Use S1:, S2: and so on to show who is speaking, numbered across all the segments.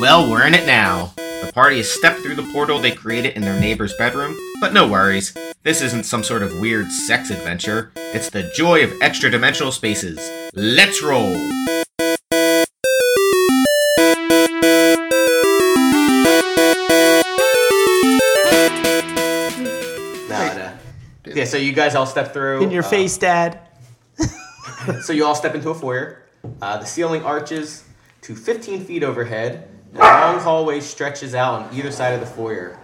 S1: Well, we're in it now. The party has stepped through the portal they created in their neighbor's bedroom, but no worries. This isn't some sort of weird sex adventure. It's the joy of extra dimensional spaces. Let's roll!
S2: No, no. Yeah, so you guys all step through.
S3: In your
S2: uh,
S3: face, Dad.
S2: So you all step into a foyer. Uh, the ceiling arches to 15 feet overhead. and A long hallway stretches out on either side of the foyer.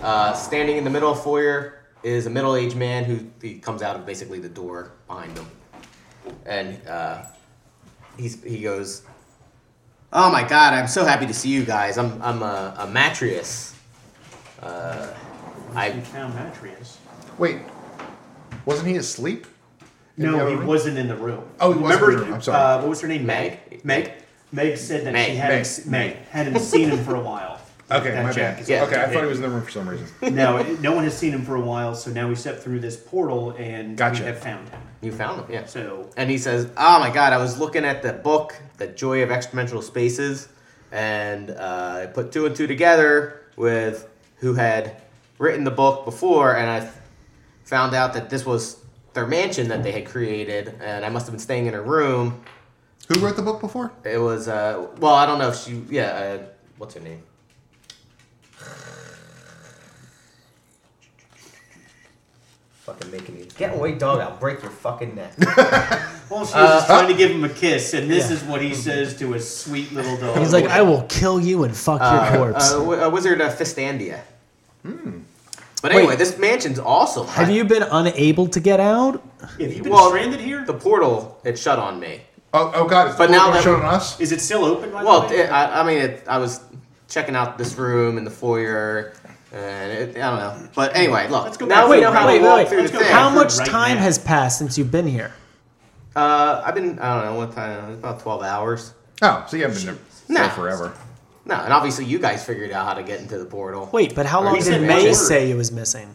S2: Uh, standing in the middle of foyer is a middle-aged man who he comes out of basically the door behind him, and uh, he's he goes, "Oh my God, I'm so happy to see you guys. I'm I'm a, a Matrius. Uh, I
S4: Town Matrius.
S5: Wait, wasn't he asleep? In the
S4: No,
S5: other
S4: he
S5: room?
S4: wasn't in the room.
S5: Oh, he wasn't in the room. I'm sorry.
S4: Uh, what was her name?
S2: Meg.
S4: Meg. Meg said that
S2: Meg.
S4: she hadn't Meg. hadn't seen him for a while.
S5: Okay,
S4: That
S5: my
S4: Jack
S5: bad.
S4: is
S2: Yeah.
S5: Okay, I thought he was in the room for some reason.
S4: no, no one has seen him for a while. So now we step through this portal and
S5: Gotcha.
S4: we have found him.
S2: you found him, yeah.
S4: So
S2: And he says, "Oh my God! I was looking at the book, The Joy of Exponential Spaces, and uh, I put two and two together with who had written the book before, and I found out that this was their mansion that they had created, and I must have been staying in her room.
S5: Who wrote the book before?
S2: It was, uh, well, I don't know if she, yeah, uh, what's her name? Fucking making me get away, dog! I'll break your fucking neck." Uh,
S4: well, she was just
S5: uh,
S4: trying to give him a kiss, and this is what he says to his sweet little dog.
S3: He's like, I will kill you and fuck your corpse.
S2: Uh, wi- uh, Wizard of Fistandia. But anyway, this mansion's awesome.
S3: Hmm. have you been unable to get out?
S4: Have you been
S2: well,
S4: stranded here?
S2: The portal it shut on me.
S5: Oh, oh God! It's
S2: But
S5: but
S2: now
S5: now
S2: that-
S5: showing us.
S4: Is it still open? By
S2: Well,
S4: the way?
S2: it, I, I mean, it, I was checking out this room and the foyer, and it, I don't know. But anyway, look.
S4: Let's go
S2: now
S4: back
S2: we
S4: to
S2: know
S4: the
S2: how
S4: room.
S2: to walk
S4: wait.
S2: through the
S4: Let's go
S2: thing.
S4: back.
S3: How much
S4: Right
S3: time
S4: now.
S3: has passed since you've been here?
S2: uh, I've been I don't know what time about twelve hours.
S5: Oh, so you haven't been there
S2: Nah.
S5: for forever.
S2: No, and obviously you guys figured out how to get into the portal.
S3: Wait, but how long
S2: you
S3: did
S2: said
S3: May
S4: May.
S3: say it was missing?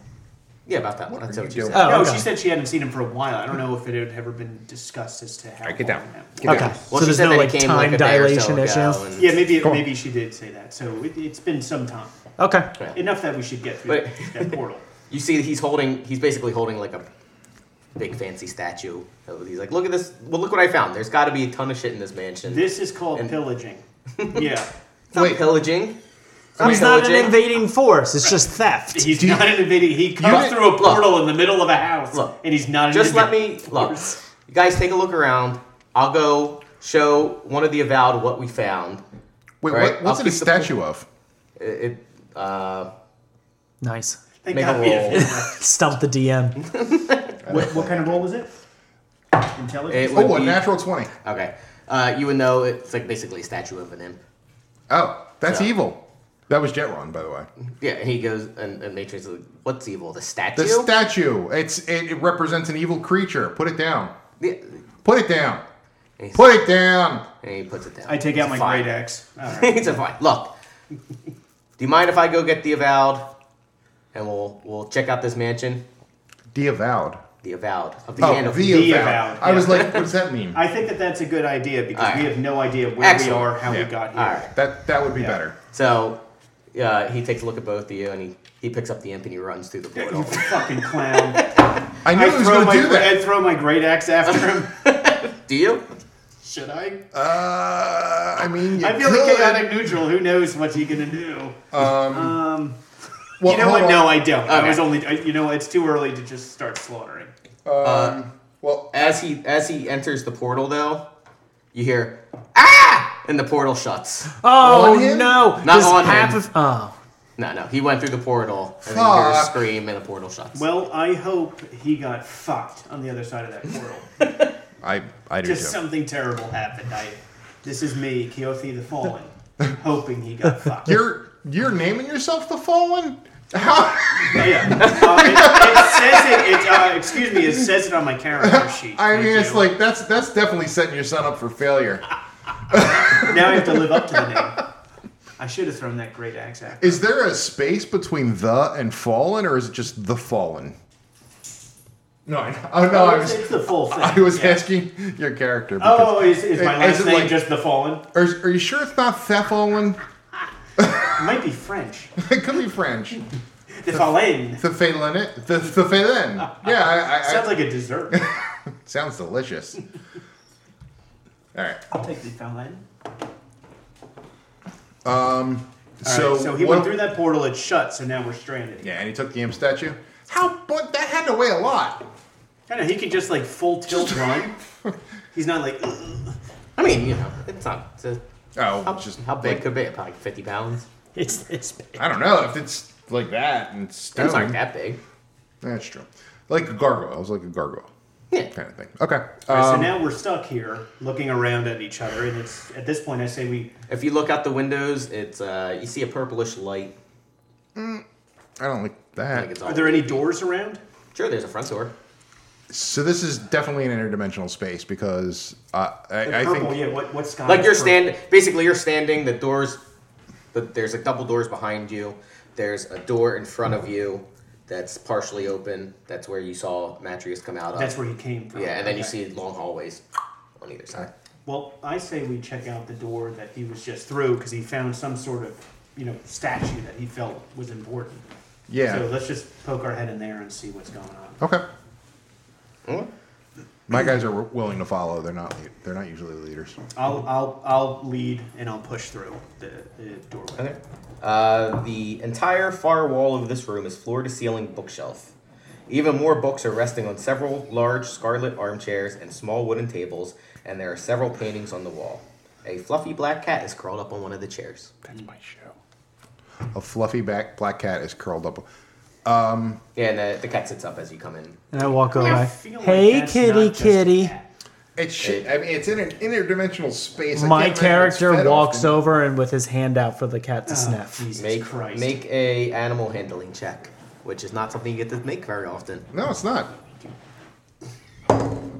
S2: Yeah, about that. one.
S5: are
S2: That's
S5: you
S2: what you
S5: doing?
S2: said.
S3: Oh,
S4: no,
S3: okay.
S4: she said she hadn't seen him for a while. I don't know if it had ever been discussed as to how.
S5: right, get
S4: long
S5: down.
S4: that
S5: Get
S4: was.
S3: Okay.
S2: Well,
S3: so
S2: she
S3: there's
S2: said
S3: no
S2: that it
S3: like
S2: came,
S3: time
S2: a day or so
S3: dilation issue.
S2: ago, and-
S4: Yeah, maybe
S5: Cool.
S4: maybe she did say that. So it, it's been some time.
S3: Okay.
S4: Enough that we should get through
S2: Wait.
S4: that portal.
S2: You see, he's holding. He's basically holding like a big fancy statue. He's like, look at this. Well, look what I found. There's got to be a ton of shit in this mansion.
S4: This is called
S2: And-
S4: pillaging. Yeah.
S2: it's not
S5: Wait.
S2: pillaging. It's not
S3: He's not an
S2: pillaging.
S3: invading force. It's just theft.
S4: He's not an invading. He comes
S5: didn't-
S4: through a
S2: Look.
S4: portal in the middle of a house,
S2: Look.
S4: and he's not. An
S2: Just let
S4: invading-
S2: me look. You guys take a look around. I'll go show one of the avowed what we found.
S5: Wait,
S2: Right,
S5: what, what's
S2: I'll
S5: it a
S2: keep the-
S5: statue of?
S2: It, it uh,
S3: Nice.
S4: Thank
S2: make
S4: God
S2: a
S4: we
S2: roll.
S4: have-
S3: Stump the DM.
S4: what, what kind of roll was it?
S2: It
S4: Intelligence.
S2: would
S5: Oh, a
S2: be-
S5: natural twenty.
S2: Okay. Uh, you would know it's like basically a statue of an imp.
S5: Oh, that's
S2: Yeah.
S5: evil. That was Jetron, by the way.
S2: Yeah, and he goes and, and Matrix is like, "What's evil? The statue?
S5: The statue. It's it, it represents an evil creature. Put it down.
S2: Yeah.
S5: Put it down.
S2: And he's-
S5: Put it down.
S2: and he puts it down.
S4: I take
S2: It's
S4: out my
S2: fine.
S4: great axe. All right.
S2: it's a fine. Look, do you mind if I go get the avowed, and we'll we'll check out this mansion?
S5: The avowed.
S2: The avowed of the
S5: Oh,
S2: hand of
S5: the,
S4: The
S5: avowed.
S4: avowed,
S5: I was
S4: yeah.
S5: like, what does that mean?
S4: I think that that's a good idea because
S2: All right.
S4: we have no idea where
S2: Excellent.
S4: we are, how
S5: Yeah.
S4: we got here.
S2: All right.
S5: that that would be
S4: Yeah.
S5: better.
S2: So, uh, he takes a look at both of you, and he, he picks up the imp and he runs through the
S4: You
S2: portal.
S4: fucking clown.
S5: I knew
S4: I
S5: I was
S4: throw,
S5: going
S4: my,
S5: to do
S4: I
S5: that.
S4: throw my great axe after him.
S2: do you?
S4: Should I?
S5: Uh, I mean, you
S4: I feel
S5: could.
S4: like chaotic neutral. Who knows what he's gonna do?
S5: Um,
S4: Um,
S5: well,
S4: you know
S5: hold
S4: what?
S5: on.
S4: No, I don't. I
S2: Okay.
S4: was only. I, you know, what? it's too early to just start slaughtering.
S5: Um, well,
S2: As he as he enters the portal, though, you hear ah, and the portal shuts.
S3: Oh
S5: On him?
S3: no!
S2: Not
S3: Does
S2: on
S3: half
S2: him.
S3: Of, oh,
S2: No, no, he went through the portal, and then you hear a
S5: Fuck.
S2: scream, and the portal shuts.
S4: Well, I hope he got fucked on the other side of that portal.
S5: I I do
S4: just
S5: too.
S4: something terrible happened. I. This is me, Keothi the Fallen, hoping he got fucked.
S5: You're you're naming yourself the Fallen? How?
S4: Yeah. Uh, it, it says it. it uh, excuse me. It says it on my character sheet.
S5: I
S4: Thank
S5: mean, it's
S4: you.
S5: like that's that's definitely setting your son up for failure.
S4: now I have to live up to the name. I should have thrown that great axe at. him.
S5: Is there a space between the and fallen, or is it just the fallen? No, I oh no, I
S4: it's,
S5: was
S4: it's the full thing.
S5: I was
S4: yeah.
S5: asking your character.
S4: Oh, is, is my
S5: Is
S4: last
S5: it
S4: name
S5: like-
S4: just the Fallen?
S5: are, are you sure it's not the fallen?
S4: It might be French.
S5: It could be French.
S4: The Falaine.
S5: The Félin. The, the Félin. Yeah, I, I,
S4: Sounds like a dessert.
S5: I, sounds delicious. All right.
S4: I'll take the Falaine.
S5: so,
S4: Alright, so he
S5: what-
S4: went through that portal, it shut, so now we're stranded.
S5: Yeah, and he took the imp statue. How? But that had to weigh a lot.
S4: I know, he could just like full tilt run. He's not like, "Ugh."
S2: I mean, you know, it's not. It's a,
S5: Oh,
S2: how,
S5: just
S2: how big
S5: like-
S2: could it be? Probably 50 pounds.
S3: It's it's big.
S5: I don't know if it's like that and stone.
S2: Those aren't that big.
S5: That's true. Like a gargoyle. It was like a gargoyle
S2: Yeah.
S5: kind of thing. Okay.
S4: so
S5: Um,
S4: now we're stuck here looking around at each other, and it's at this point I say we
S2: If you look out the windows, it's uh, you see a purplish light.
S5: I don't like
S2: Like
S5: that.
S2: it's all.
S4: are there any doors around?
S2: Sure, there's a front door.
S5: So this is definitely an interdimensional space because uh, I, I
S4: purple,
S5: think
S4: yeah, what what's
S2: Like you're stand, basically you're standing. The doors, the, there's a couple doors behind you. There's a door in front of you that's partially open. That's where you saw Matrius come out of.
S4: That's where he came from.
S2: yeah, and then you
S4: Okay.
S2: see long hallways on either side.
S4: Well, I say we check out the door that he was just through because he found some sort of, you know, statue that he felt was important.
S5: yeah.
S4: So let's just poke our head in there and see what's going on.
S5: Okay. My guys are willing to follow. They're not. They're not usually the leaders.
S4: I'll I'll I'll lead and I'll push through the, the doorway.
S2: Uh, the entire far wall of this room is floor to ceiling bookshelf. Even more books are resting on several large scarlet armchairs and small wooden tables, and there are several paintings on the wall. A fluffy black cat is curled up on one of the chairs.
S5: That's my show. A fluffy back black cat is curled up.
S2: Yeah, and the, the cat sits up as you come in.
S3: And I walk over.
S4: I
S3: I-
S4: feel like
S3: hey,
S4: that's
S3: kitty,
S4: not just a
S3: kitty.
S4: cat.
S5: It's shit. I mean, it's in an interdimensional space. I
S3: My
S5: can't imagine it's
S3: character
S5: fed
S3: walks
S5: often.
S3: over and with his hand out for the cat to
S4: Oh,
S3: sniff.
S4: Jesus
S2: Make
S4: Christ.
S2: make a animal handling check, which is not something you get to make very often.
S5: No, it's not.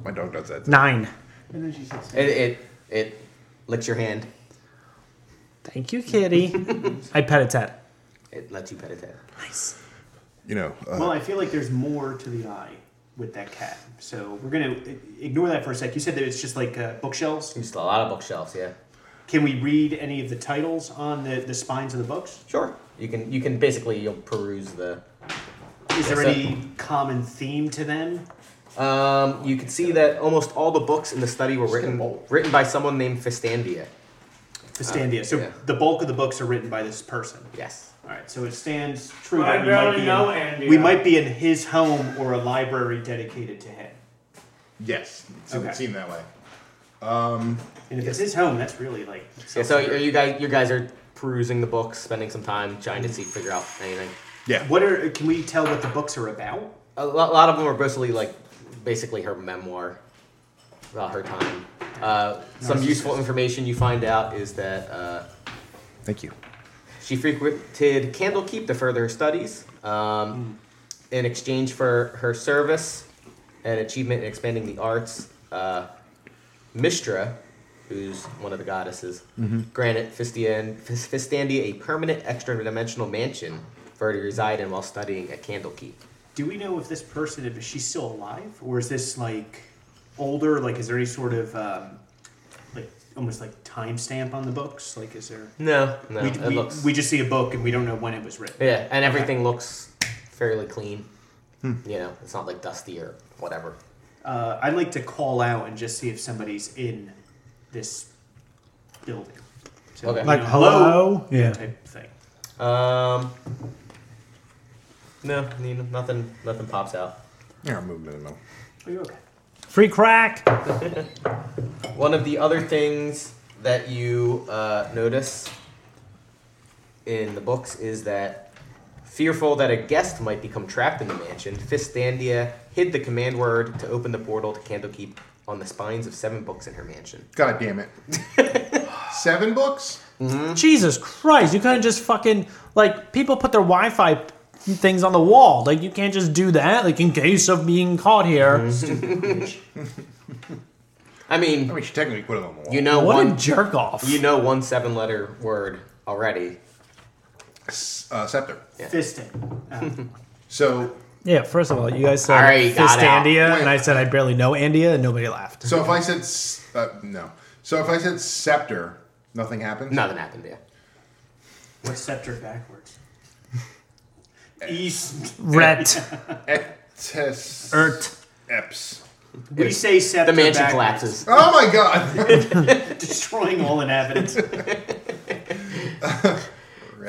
S5: My dog does that.
S3: Nine.
S4: And then she says,
S2: It it, it licks your hand.
S3: Thank you, kitty. I pet its head.
S2: It lets you pet it. down.
S3: Nice.
S5: You know. Uh,
S4: Well, I feel like there's more to the eye with that cat. So we're gonna i- ignore that for a sec. You said that it's just like uh, bookshelves.
S2: There's a lot of bookshelves. Yeah.
S4: Can we read any of the titles on the, the spines of the books?
S2: Sure. You can you can basically you'll peruse the
S4: Is there
S2: Yes,
S4: any common theme to them?
S2: Um, you can see that almost all the books in the study were written written by someone named Fistandia.
S4: Fistandia. so
S2: Uh, yeah.
S4: the bulk of the books are written by this person.
S2: Yes.
S4: All right. So it stands true.
S6: I
S4: that we
S6: barely
S4: might be
S6: know
S4: in,
S6: Andy.
S4: We might be in his home or a library dedicated to him.
S5: yes. It
S4: Okay.
S5: seemed that way.
S4: And if it's his home, that's really like.
S2: Yeah, so are you guys you guys are perusing the books, spending some time trying to see figure out anything.
S5: Yeah.
S4: What are? Can we tell what the books are about?
S2: A lot, lot of them are basically like basically her memoir about her time. Uh, some
S4: Narcissist.
S2: useful information you find out is that uh,
S5: Thank you.
S2: She frequented Candlekeep to further her studies um,
S4: Hmm.
S2: in exchange for her service and achievement in expanding the arts. Uh, Mistra, who's one of the goddesses,
S4: Mm-hmm.
S2: granted Fistian, Fis- Fistandia a permanent extra dimensional mansion for her to reside in while studying at Candlekeep.
S4: Do we know if this person, if she's still alive, or is this like older? Like, is there any sort of um, like almost like timestamp on the books? Like, is there?
S2: No, no,
S4: we,
S2: it
S4: we,
S2: looks.
S4: we just see a book and we don't know when it was written.
S2: yeah, and everything looks fairly clean.
S4: Hmm.
S2: You know, it's not like dusty or whatever.
S4: Uh, I'd like to call out and just see if somebody's in this building. So,
S2: Okay.
S4: you
S3: Like,
S4: know,
S3: hello? Yeah.
S4: type of thing.
S2: Um, no, I mean, nothing, nothing pops out.
S5: Yeah, I'm moving in the middle.
S4: Are you okay?
S3: Free crack.
S2: Mm-hmm. One of the other things that you uh, notice in the books is that, fearful that a guest might become trapped in the mansion, Fistandia hid the command word to open the portal to Candlekeep on the spines of seven books in her mansion.
S5: God damn it. Seven books.
S3: Jesus Christ. You couldn't just fucking, like, people put their Wi Fi things on the wall. Like, you can't just do that. Like, in case of being caught here.
S2: Mm-hmm. I
S5: I
S2: mean,
S5: mean, she technically put it on the wall.
S2: you know
S3: What a
S2: one,
S3: jerk off.
S2: you know one seven-letter word already.
S5: uh, scepter.
S4: Fisting. Uh,
S5: So
S3: Yeah, first of all, you guys said
S2: All right, got
S3: fist
S2: out.
S3: Andia,
S5: Wait.
S3: and I said I barely know Andia, and nobody laughed.
S5: So if I said s- uh, no, so if I said scepter, nothing happens.
S2: Nothing happened, yeah.
S4: What's scepter backwards? East.
S3: Ret.
S5: Ectes.
S3: Ert.
S5: Eps.
S4: We say scepter
S2: The mansion
S4: backwards,
S2: collapses.
S5: Oh my god!
S4: destroying all inhabitants.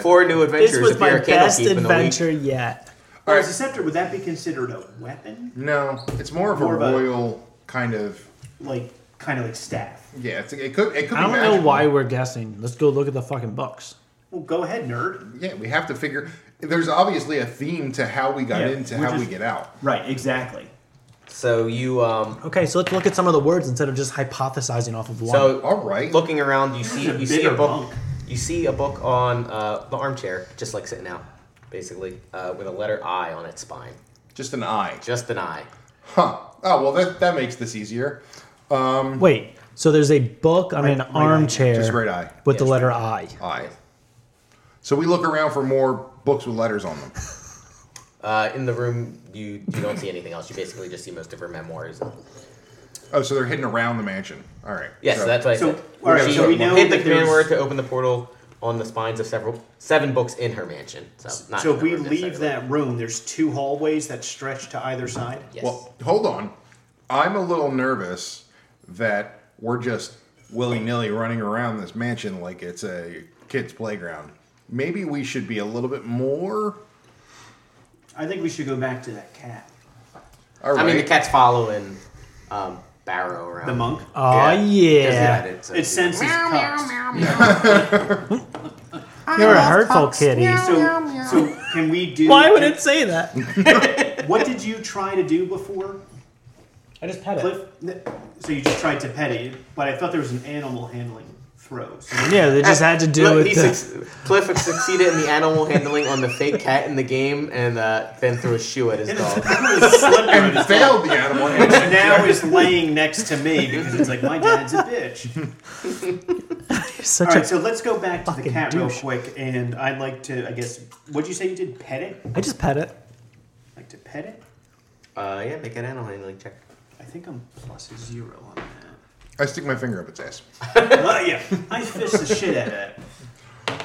S2: Four new adventures
S3: This was
S2: appear
S3: my
S2: at Candlekeep
S3: best
S2: in the week.
S3: adventure yet.
S4: Or is a scepter? Would that be considered a weapon?
S5: no, it's more of
S4: More
S5: a
S4: of a-
S5: royal kind of.
S4: Like kind of like staff.
S5: Yeah, it's, it could. It could
S3: I
S5: be
S3: don't know
S5: magical.
S3: why we're guessing. Let's go look at the fucking books.
S4: Well, go ahead, nerd.
S5: Yeah, we have to figure. There's obviously a theme to how we got
S4: Yeah,
S5: in to
S4: we're
S5: how we
S4: just-
S5: get out.
S4: Right. Exactly.
S2: So you, um,
S3: Okay, so let's look at some of the words instead of just hypothesizing off of one.
S2: so
S5: All right.
S2: looking around, you see
S4: He's a
S2: you see a
S4: bigger
S2: book.
S4: monk.
S2: You see a book on uh, the armchair, just like sitting out, basically, uh, with a letter I on its spine.
S5: Just an eye.
S2: Just an I.
S5: Huh. Oh well, that that makes this easier.
S3: Wait, so there's a book on an
S4: Right- right eye.
S3: armchair
S5: Just right eye.
S3: with the
S2: Yes.
S3: letter I.
S5: Eye. So we look around for more books with letters on them.
S2: Uh, in the room, you you don't see anything else. You basically just see most of her memoirs.
S5: Oh, so they're hidden around the mansion. All right.
S2: Yes, so, that's what I
S4: so-
S2: said.
S4: all right,
S5: so we
S4: know
S2: hit the
S4: that
S2: command
S4: there's-
S2: word to open the portal on the spines of several seven books in her mansion. So, not
S4: So
S2: in
S4: if
S2: the
S4: we
S2: room
S4: leave
S2: necessarily.
S4: that room, there's two hallways that stretch to either side.
S2: Yes.
S5: Well, hold on. I'm a little nervous that we're just willy nilly running around this mansion like it's a kid's playground. Maybe we should be a little bit more.
S4: I think we should go back to that cat.
S5: All right.
S2: I mean, the cat's following um, Barrow around.
S4: The monk.
S3: Oh
S5: Ah,
S3: yeah.
S2: Yeah.
S4: It senses cups.
S3: You're a hurtful kitty.
S4: So, so can we do?
S3: Why would it say that?
S4: What did you try to do before,
S3: I just pet
S4: Cliff? N- So you just tried to pet it, but I thought there was an animal handling throw. So
S3: Yeah, they just had to do
S2: Cliff,
S3: with
S2: he
S3: the,
S2: suc- Cliff succeeded in the animal handling on the fake cat in the game, and uh, then threw a shoe at his dog.
S4: and
S5: and failed the animal. handling.
S4: now is laying next to me because it's like my dad's a bitch.
S3: such
S4: All
S3: a.
S4: right, so let's go back to the
S3: Fucking
S4: cat
S3: douche.
S4: real quick, and I'd like to. I guess what'd you say you did? Pet it?
S3: I just pet it.
S4: Like to pet it?
S2: Uh, yeah, make an animal handling check.
S4: I think I'm plus a zero on that.
S5: I stick my finger up its ass.
S4: Oh yeah, I fist the shit out of it.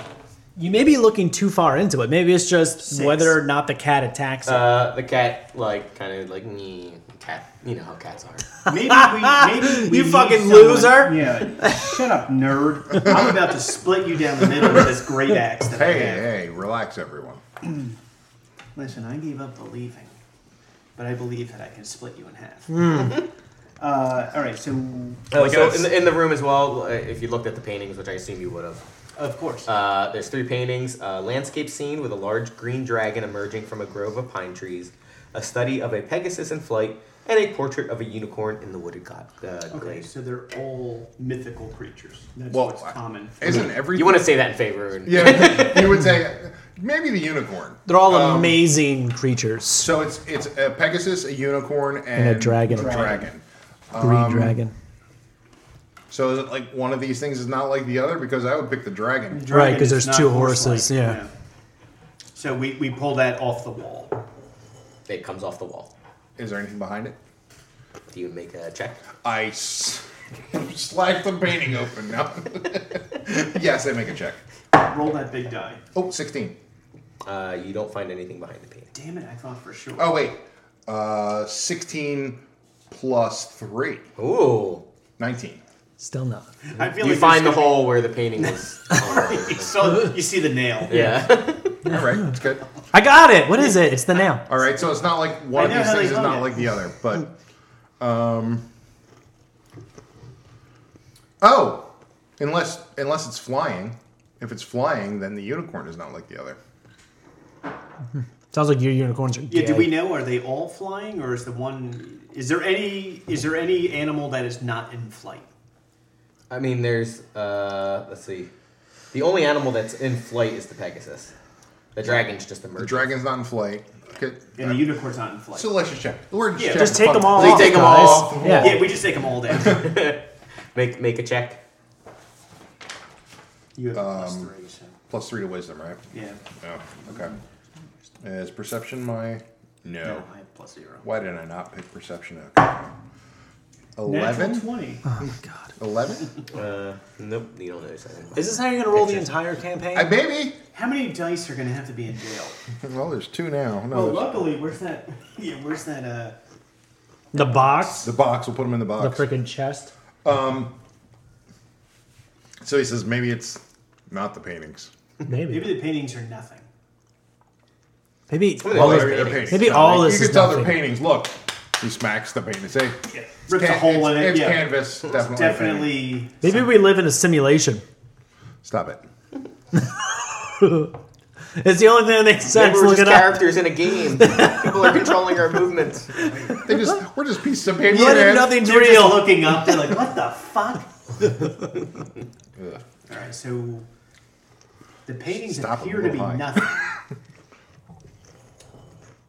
S3: You may be looking too far into it. Maybe it's just
S4: Six.
S3: whether or not the cat attacks it.
S2: Uh, the cat like kind of like "Nyeh." cat. You know how cats are.
S4: Maybe we, maybe we
S3: You
S4: need
S3: fucking
S4: someone-
S3: loser.
S4: Yeah, shut up, nerd. I'm about to split you down the middle with this great axe that
S5: Hey,
S4: I have.
S5: hey, relax, everyone.
S4: Listen, I gave up believing, but I believe that I can split you in half.
S3: Hmm.
S4: uh, all right, so
S2: Oh, so
S5: that's-
S2: in the, in the room as well, uh, if you looked at the paintings, which I assume you would have,
S4: of course,
S2: uh, there's three paintings: a landscape scene with a large green dragon emerging from a grove of pine trees, a study of a Pegasus in flight, and a portrait of a unicorn in the wooded go- uh,
S4: okay,
S2: glade.
S4: so they're all mythical creatures. That's
S5: Well,
S4: what's common.
S5: Isn't everything?
S2: You want to say that in favor? And,
S5: yeah, you would say maybe the unicorn. Um,
S3: They're all amazing creatures.
S5: So it's it's a Pegasus, a unicorn, and,
S3: a dragon.
S5: a dragon.
S3: Green dragon.
S5: So is it like one of these things is not like the other? Because I would pick the dragon.
S4: Dragon
S3: 'cause
S4: is
S3: there's
S4: not
S3: two
S4: horse-like,
S3: horses, yeah.
S4: So we, we pull that off the wall.
S2: It comes off the wall.
S5: Is there anything behind it?
S2: Do you make a check?
S5: I s- slack the painting open now. yes, I make a check.
S4: Roll that big die.
S5: Oh, 16.
S2: Uh, you don't find anything behind the painting.
S4: Damn it, I thought for sure.
S5: Oh, wait. Uh, 16 plus 3.
S2: Ooh.
S5: 19.
S3: Still not.
S4: I feel
S2: you
S4: like
S2: find the
S4: there's gonna
S2: hole where the painting was.
S4: be- So you see the nail.
S2: yeah.
S5: All right, it's good.
S3: I got it. What is it? It's the nail.
S5: All right, so it's not like
S4: I
S5: one of
S4: know
S5: these
S4: how they
S5: things is
S4: hung
S5: not
S4: it.
S5: like the other, but. Um, oh! Unless, unless it's flying. If it's flying, then the unicorn is not like the other.
S3: Sounds like your unicorns are.
S4: Yeah,
S3: gay.
S4: do we know are they all flying or is the one is there any is there any animal that is not in flight?
S2: I mean, there's. Uh, let's see. The only animal that's in flight is the Pegasus. The dragon's just
S5: The
S2: emerging.
S5: dragon's not in flight. Okay.
S4: And the
S2: Uh,
S4: unicorn's not in flight.
S5: So let's just check. We're just
S4: Yeah.
S5: checking
S3: Just take them
S5: fucking-
S3: all.
S2: They
S3: off,
S2: take 'em
S3: guys.
S5: all off the
S3: Yeah.
S4: yeah, we just take them all down.
S2: make make a check.
S4: you have plus
S5: Um,
S4: three, so
S5: Plus three to wisdom, right?
S4: yeah.
S5: No. Okay. Is perception my? No.
S4: No, I have plus zero.
S5: Why did I not pick perception? Okay.
S4: Natural
S5: 11?
S4: twenty.
S3: Oh,
S5: 11?
S2: Uh, nope, you don't notice anything.
S3: Is this how you're gonna roll the
S2: Picture.
S3: entire campaign?
S5: I, maybe.
S4: How many dice are gonna have to be in jail?
S5: Well, there's two now. No,
S4: Well,
S5: there's-
S4: luckily, where's that? Yeah, where's that? Uh,
S3: the box,
S5: the box. We'll put them in the
S3: the
S5: box. Um,
S3: freaking chest.
S5: so he says maybe it's not the paintings.
S3: Maybe.
S4: maybe the paintings are nothing.
S3: Maybe.
S2: All
S5: Well,
S2: these
S5: they're- they're
S2: paintings.
S3: Maybe all
S5: you
S3: this
S5: can
S3: is
S5: tell they're
S3: nothing.
S5: paintings. Look, he smacks the painting. Say,
S4: Yeah. Ripped a
S5: Can-
S4: hole in
S5: it's-
S4: it.
S5: It's
S4: yeah.
S5: canvas. Definitely.
S4: It's
S5: painting.
S4: definitely.
S3: Maybe we live in a simulation.
S5: Stop it.
S3: It's the only thing that makes
S2: Maybe
S3: sense.
S2: we're
S3: Look
S2: just
S3: it up.
S2: characters in a game. People are controlling our movements.
S5: They just we're just pieces of paper.
S3: What if
S5: man.
S3: nothing's
S4: They're just
S3: real?
S4: looking up. They're like, what the fuck?
S5: Ugh.
S4: All right, so the paintings
S5: Stop it,
S4: appear to be
S5: we're high.
S4: nothing.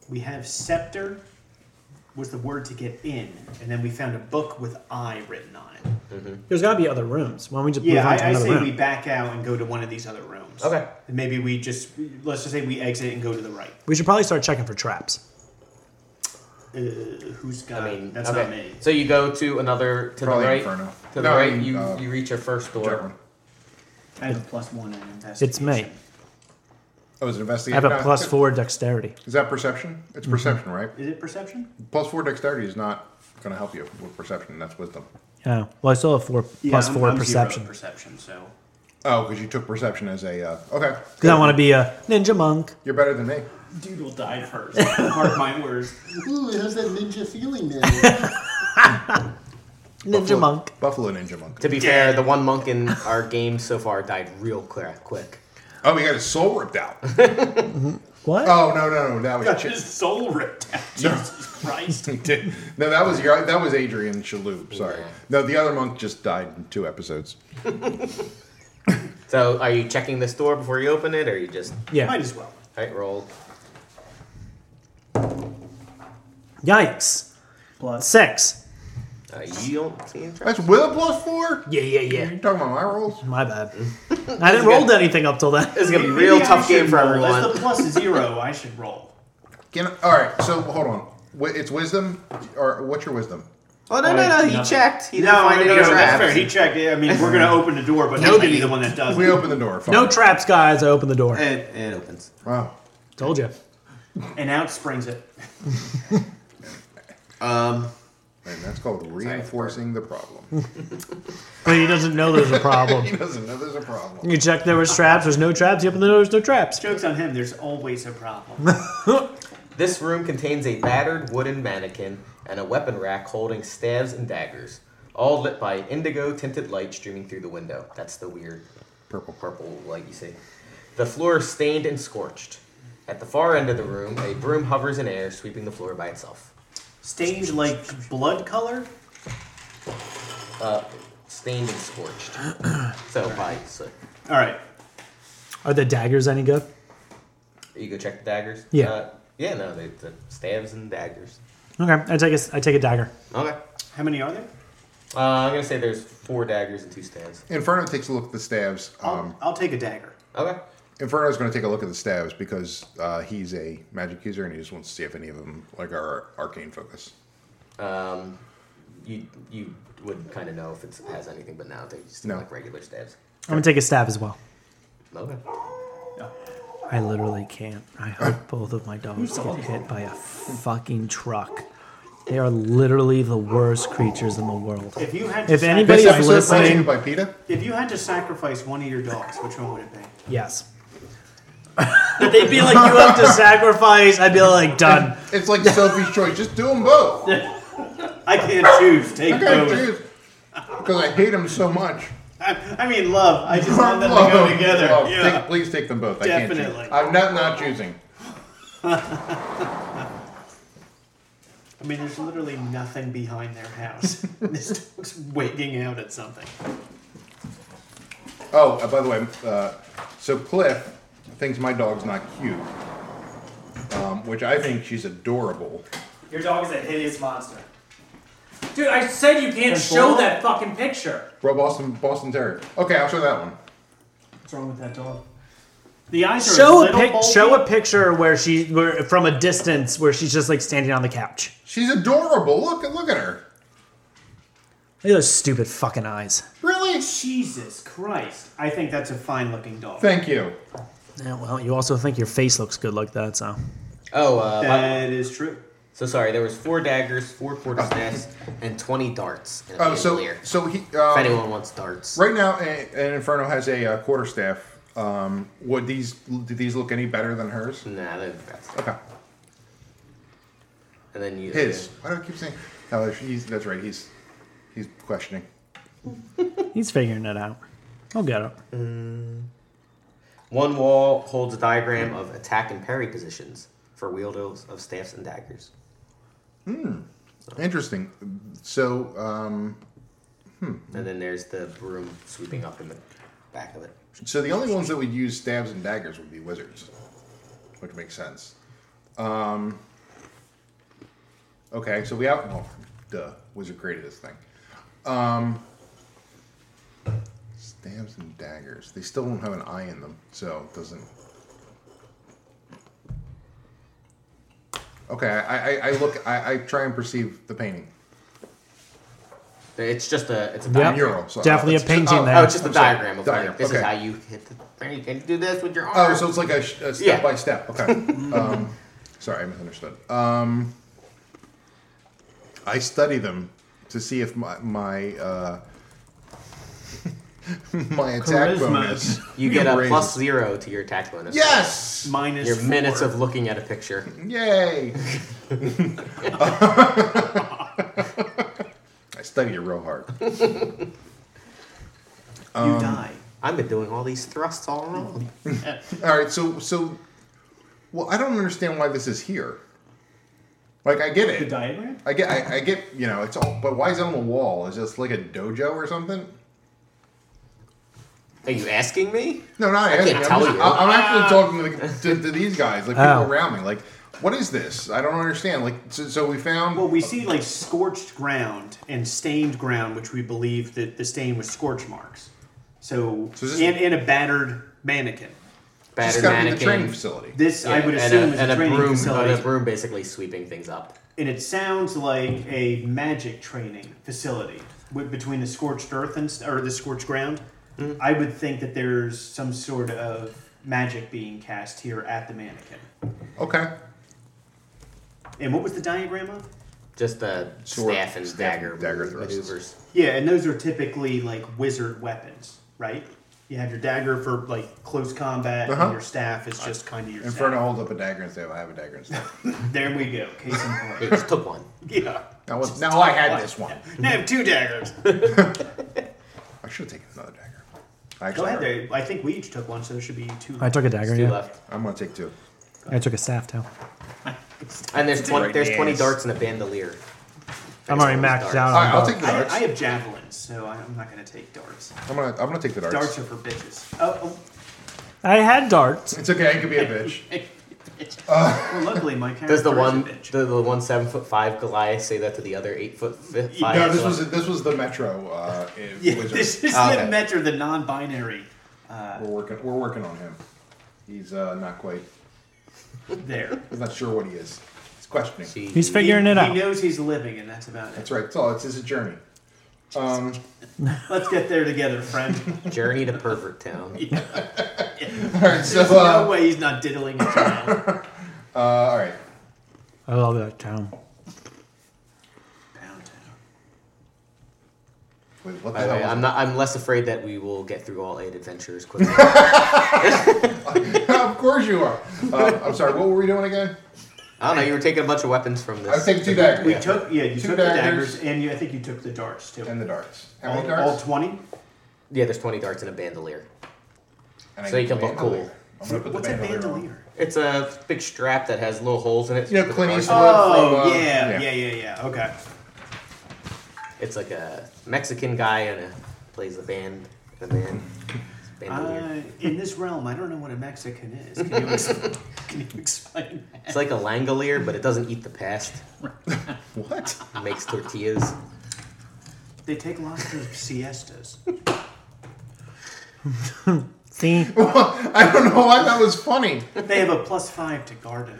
S4: we have scepter was the word to get in, and then we found a book with I written on it.
S3: There's gotta be other rooms. Why don't we just move
S4: Yeah,
S3: on to
S4: I, I
S3: another
S4: say
S3: room?
S4: we back out and go to one of these other rooms.
S2: Okay.
S4: And maybe we just let's just say we exit and go to the right.
S3: We should probably start checking for traps.
S4: Uh, who's got?
S2: I mean,
S4: that's
S2: okay.
S4: not me.
S2: So you go to another to
S5: Probably
S2: the right.
S5: Inferno.
S2: To the
S5: No, I
S2: right,
S5: mean,
S2: you,
S5: uh,
S2: you reach your first door.
S5: Whichever one.
S4: I have a plus one in investigation.
S3: It's me.
S5: I was
S3: I
S5: investigating.
S3: have a
S5: No,
S3: plus
S5: it's-
S3: four Mm-hmm. dexterity.
S5: Is that perception? It's perception, right?
S4: Is it perception?
S5: Plus four dexterity is not going to help you with perception. That's wisdom.
S3: Yeah. Oh. Well, I still have 4 plus
S4: I'm-
S3: four
S4: I'm zero
S3: perception.
S4: perception. So
S5: Oh, because you took perception as a uh, okay.
S3: Because I want to be a ninja monk.
S5: You're better than me.
S4: dude will die first. Mark my words.
S6: Ooh, how's that ninja feeling now?
S3: Ninja
S5: Buffalo-
S3: monk.
S5: Buffalo ninja monk.
S2: To be fair, the one monk in our game so far died real clear, quick.
S5: Oh, he got his soul ripped out.
S3: What?
S5: Oh no no no that was
S4: Got
S5: Chi-
S4: his soul ripped out. Jesus Christ.
S5: no that was your that was Adrian Shaloub. Sorry.
S2: Yeah.
S5: No, the other monk just died in two episodes.
S2: So are you checking this door before you open it, or you just
S3: yeah.
S4: Might as well.
S2: all right roll?
S3: Yikes.
S4: Plus.
S3: Six.
S2: Uh, you don't see any traps.
S5: That's with a plus four.
S3: Yeah, yeah, yeah.
S5: You talking about my rolls?
S3: My bad. I didn't roll anything up till then.
S2: This is gonna be a real tough game for
S4: That's the
S2: everyone.
S4: plus zero. I should roll.
S5: Can I- all right. So hold on. Wi- It's wisdom, or what's your wisdom?
S2: Oh no no no! He
S4: No.
S2: checked. He didn't
S4: No,
S2: find any
S4: no, that's fair.
S2: traps.
S4: He checked. it. I mean, we're gonna open the door, but he's gonna be the one that does.
S5: We
S4: it.
S5: open the door. Fine.
S3: No traps, guys. I opened the door.
S2: It, it opens.
S5: Wow.
S3: Told you.
S4: And out springs it.
S2: Um,
S5: Man, that's called reinforcing the problem.
S3: But he doesn't know there's a problem.
S5: he doesn't know there's a problem.
S3: You check there was traps. There's no traps. You open the door. There's no traps.
S4: Jokes on him. There's always a problem.
S2: This room contains a battered wooden mannequin and a weapon rack holding staves and daggers, all lit by indigo tinted light streaming through the window. That's the weird purple purple light you see. The floor is stained and scorched. At the far end of the room, a broom hovers in air, sweeping the floor by itself.
S4: Stained like blood color.
S2: Stained and scorched. so, by so,
S4: All right.
S3: Are the daggers any good?
S2: you go check the daggers.
S3: Yeah.
S2: Uh, yeah. No, they, the staves and daggers.
S3: Okay. I take a, s- I take a dagger.
S2: Okay.
S4: How many are there?
S2: Uh, I'm gonna say there's four daggers and two staves.
S5: Inferno takes a look at the staves.
S3: Oh.
S4: I'll,
S5: Um,
S4: I'll take a dagger.
S2: Okay.
S5: Inferno's going to take a look at the staves because uh, he's a magic user and he just wants to see if any of them like are arcane focus.
S2: Um, you you would kind of know if it has anything, but now they just
S5: No.
S2: like regular stabs.
S3: I'm gonna take a stab as well.
S2: Okay.
S4: No.
S3: I literally can't. I hope both of my dogs get hit by a fucking truck. They are literally the worst creatures in the world.
S4: If you had to
S3: If
S4: sac-
S3: anybody- Everybody is listening.
S5: by PETA.
S4: if you had to sacrifice one of your dogs, which one would it be?
S3: Yes. They'd be like, you have to sacrifice. I'd be like, done.
S5: It's like Sophie's choice. Just do them both.
S4: I can't choose. Take
S5: I gotta
S4: both.
S5: choose because I hate them so much.
S4: I, I mean, love. I just want them to go together.
S5: Oh, take-
S4: yeah.
S5: please take them both. I can't
S4: Definitely.
S5: choose. I'm not not choosing.
S4: I mean, there's literally nothing behind their house. this dog's wigging out at something.
S5: Oh, uh, by the way, uh, so Cliff thinks my dog's not cute, um, which I think she's adorable.
S4: Your dog is a hideous monster.
S3: Dude, I said you can't show that fucking picture.
S5: Well, Boston, Boston Terrier. Okay, I'll show that one.
S4: What's wrong with that dog? The eyes are
S3: Show
S4: a
S3: a
S4: little
S3: pic-
S4: bulgy.
S3: show a picture where she where, from a distance where she's just like standing on the couch.
S5: She's adorable. Look at look at her.
S3: Look at those stupid fucking eyes.
S6: Really?
S4: Jesus Christ. I think that's a fine looking dog.
S5: Thank you. Uh,
S3: Yeah, well, you also think your face looks good like that, so.
S2: Oh, uh, by-
S4: that is true.
S2: so sorry. There was four daggers, four quarter staffs, and twenty darts. In a
S5: Oh, so
S2: bandolier.
S5: so he.
S2: if
S5: Um,
S2: anyone wants darts,
S5: right now, a- an Inferno has a uh, quarterstaff. Um, would these do these look any better than hers?
S2: nah, that'd be best.
S5: Okay,
S2: And then you
S5: his. Why do I keep saying? Oh, he's, that's right. He's he's questioning.
S3: He's figuring it out. He'll get it.
S2: One wall holds a diagram of attack and parry positions for wielders of staffs and daggers.
S5: Interesting. So um,
S2: And then there's the broom sweeping up in the back of it.
S5: so the only ones that would use stabs and daggers would be wizards, which makes sense. Um, okay, so we have. Well, duh, wizard created this thing. Um, stabs and daggers. They still don't have an eye in them, so it doesn't. Okay, I, I, I look. I, I try and perceive the painting.
S2: It's just a it's a
S3: Yep.
S2: diagram.
S5: Mural. So
S3: Definitely a
S5: it's just-
S3: painting
S5: oh,
S3: there.
S2: Oh, it's just a
S5: I'm sorry,
S2: diagram of
S5: diagram,
S2: like this is
S5: okay.
S2: how you hit the parry. You can do this with your arm.
S5: Oh, so it's like a, sh- a step
S2: Yeah.
S5: by step. Okay. um, sorry, I misunderstood. Um, I study them to see if my my uh, my attack
S4: Charisma.
S5: bonus.
S2: you get a
S5: raises-
S2: plus zero to your attack bonus.
S5: Yes.
S4: Minus
S2: Your
S4: four.
S2: minutes of looking at a picture.
S5: Yay! I study it real hard. Um,
S4: You die.
S2: I've been doing all these thrusts all wrong.
S5: All right, so so, well, I don't understand why this is here. Like, I get
S4: The
S5: it.
S4: diagram?
S5: I get, I, I get, you know, it's all. But why is it on the wall? Is this like a dojo or something?
S2: Are you asking me?
S5: No, not I
S2: can't
S5: I'm,
S2: tell
S5: just-
S2: you.
S5: I- I'm actually talking to, the, to, to these guys, like people
S3: Oh.
S5: around me. Like, what is this? I don't understand. Like, so, so we found.
S4: Well, we see like scorched ground and stained ground, which we believe that the stain was scorch marks. So,
S5: So is this-
S4: and, and a battered mannequin.
S5: it's
S2: Battered
S5: got to be the training
S2: mannequin.
S5: facility.
S4: This
S2: Yeah,
S4: I would
S2: and
S4: assume
S2: a,
S4: is
S2: and
S4: a training
S2: broom,
S4: facility,
S2: And a broom basically sweeping things up.
S4: and it sounds like a magic training facility with, between the scorched earth and s- or the scorched ground.
S5: Mm-hmm.
S4: I would think that there's some sort of magic being cast here at the mannequin.
S5: okay.
S4: And what was the diagram of?
S2: Just the
S5: Sword-
S2: staff and
S5: staff
S2: dagger,
S5: and dagger thrusts.
S2: maneuvers.
S4: Yeah, and those are typically like wizard weapons, right? You have your dagger for like close combat,
S5: Uh-huh.
S4: and your staff is just kind of your
S5: Inferno holds up a dagger and says, "I have a dagger and stuff."
S4: staff. There we go. Case in
S2: It
S4: point.
S2: just took one.
S4: yeah.
S5: Now, what- now I had this one.
S4: Now I have two daggers.
S5: I should have taken another dagger. I
S4: Go
S5: Actually,
S4: ahead. Dave. I think we each took one, so there should be two.
S3: I took a dagger,
S2: Two
S3: yeah.
S2: left.
S5: I'm gonna take two.
S3: I took a staff, too.
S2: And there's 20,
S5: Right,
S2: there's
S5: yes.
S2: 20 darts in a bandolier.
S3: I'm already
S2: There's
S3: maxed
S2: darts.
S3: out
S5: All
S3: on
S5: right, I'll
S3: both.
S5: take the
S4: I,
S5: darts.
S4: I have javelins, so I'm not going to take darts.
S5: I'm gonna, I'm gonna take the darts.
S4: Darts are for bitches. Oh,
S3: I had darts.
S5: It's okay. It could be a bitch.
S4: oh.
S5: Uh,
S4: well, luckily my character
S2: Does the
S4: is
S2: one
S4: a bitch.
S2: the, the one seven foot five Goliath say that to the other eight foot fi- five?
S5: No, this was this was the Metro. Uh,
S4: yeah,
S5: wizard. Ah,
S4: this is
S2: Okay.
S4: the Metro, the non-binary.
S5: We're working, we're working on him. He's uh, not quite.
S4: There.
S5: He's not sure what he is. He's questioning.
S3: He's figuring
S4: he,
S3: it out.
S4: He knows he's living, and that's about it.
S5: That's right. It's all. It's, it's a journey. Um,
S4: Let's get there together, friend.
S2: Journey to Pervert Town.
S5: all right. So,
S4: There's
S5: uh,
S4: no way he's not diddling it now.
S5: uh, all right.
S3: I love that town.
S4: Pound town.
S5: Wait, what
S2: By
S5: the
S2: the
S5: hell?
S2: way,
S5: was
S2: I'm
S5: it?
S2: not. I'm less afraid that we will get through all eight adventures quickly.
S5: of course you are. Uh, I'm sorry. What were we doing again?
S2: I don't know. You were taking a bunch of weapons from this.
S5: I was taking two daggers
S4: We took yeah, you
S5: Two
S4: took
S5: daggers.
S4: the daggers, and you, I think you took the darts too.
S5: and the darts. How
S4: all,
S5: many darts?
S4: all twenty.
S2: Yeah, there's 20 darts in a bandolier.
S5: And I
S2: so you
S5: get
S2: can look
S5: the
S2: cool.
S5: bandolier. I'm gonna put
S4: What's
S5: the
S4: a
S5: bandolier. on.
S4: bandolier?
S2: It's a big strap that has little holes in it.
S5: You know,
S2: Put the
S5: Clint
S2: darts-
S5: Eastwood.
S4: Oh
S5: from, uh,
S4: yeah,
S5: yeah.
S4: yeah, yeah, yeah. Okay.
S2: It's like a Mexican guy and a, plays the band. The band. Bandolier.
S4: Uh, in this realm, I don't know what a Mexican is. Can you, ex- can you explain that?
S2: It's like a langolier, but it doesn't eat the past.
S5: What?
S2: It makes tortillas.
S4: They take lots of siestas.
S3: See?
S5: I don't know why that was funny.
S4: They have a plus five to garden.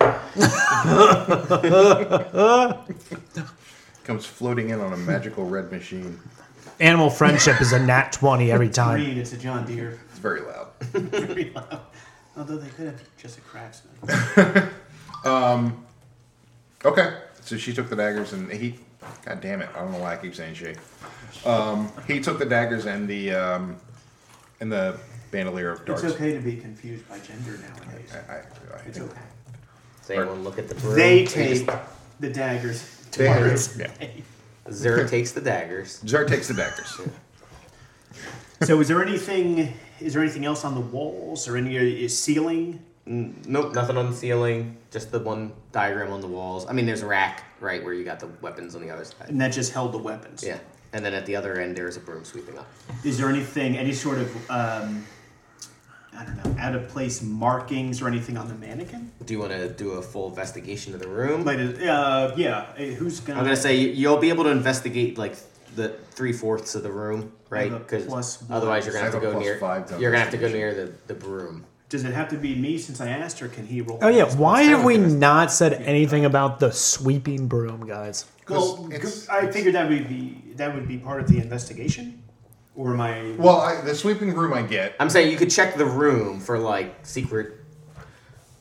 S5: Comes floating in on a magical red machine.
S3: Animal friendship is a nat 20 every time.
S4: Green, it's a John Deere.
S5: It's very loud.
S4: Very loud. Although they could have just a craftsman.
S5: Okay. So she took the daggers and he. God damn it! I don't know why I keep saying she. Um, he took the daggers and the um, and the bandolier of darts.
S4: It's okay to be confused by gender nowadays.
S5: I, I, I
S4: It's
S5: think
S4: okay.
S2: Does anyone look at the broom?
S4: They take the daggers.
S5: they had- yeah.
S2: Zer takes the daggers.
S5: Zara takes the daggers.
S4: So, is there anything? Is there anything else on the walls or any uh, is ceiling?
S2: Nope, nothing on the ceiling. Just the one diagram on the walls. I mean, there's a rack right where you got the weapons on the other side.
S4: And that just held the weapons.
S2: Yeah, and then at the other end there's a broom sweeping up.
S4: Is there anything? Any sort of? Um, I don't know. Out of place markings or anything on the mannequin?
S2: Do you want to do a full investigation of the room?
S4: Like, uh, yeah. eh, Who's gonna?
S2: I'm gonna say you- you'll be able to investigate like the three fourths of the room, right?
S4: have a plus
S2: Because
S4: one.
S2: otherwise you're gonna
S5: I
S2: have to go
S5: have a plus
S2: near.
S5: five to
S2: You're gonna have to go near
S5: investigation.
S2: the, the broom.
S4: Does it have to be me since I asked, or can he roll?
S3: Oh yeah, why have we
S2: Interesting.
S3: not said anything about the sweeping broom, guys?
S4: Well,
S5: It's-
S4: I figured that would be that would be part of the investigation, or am I?
S5: Well, I, the sweeping room I get.
S2: I'm saying you could check the room for like secret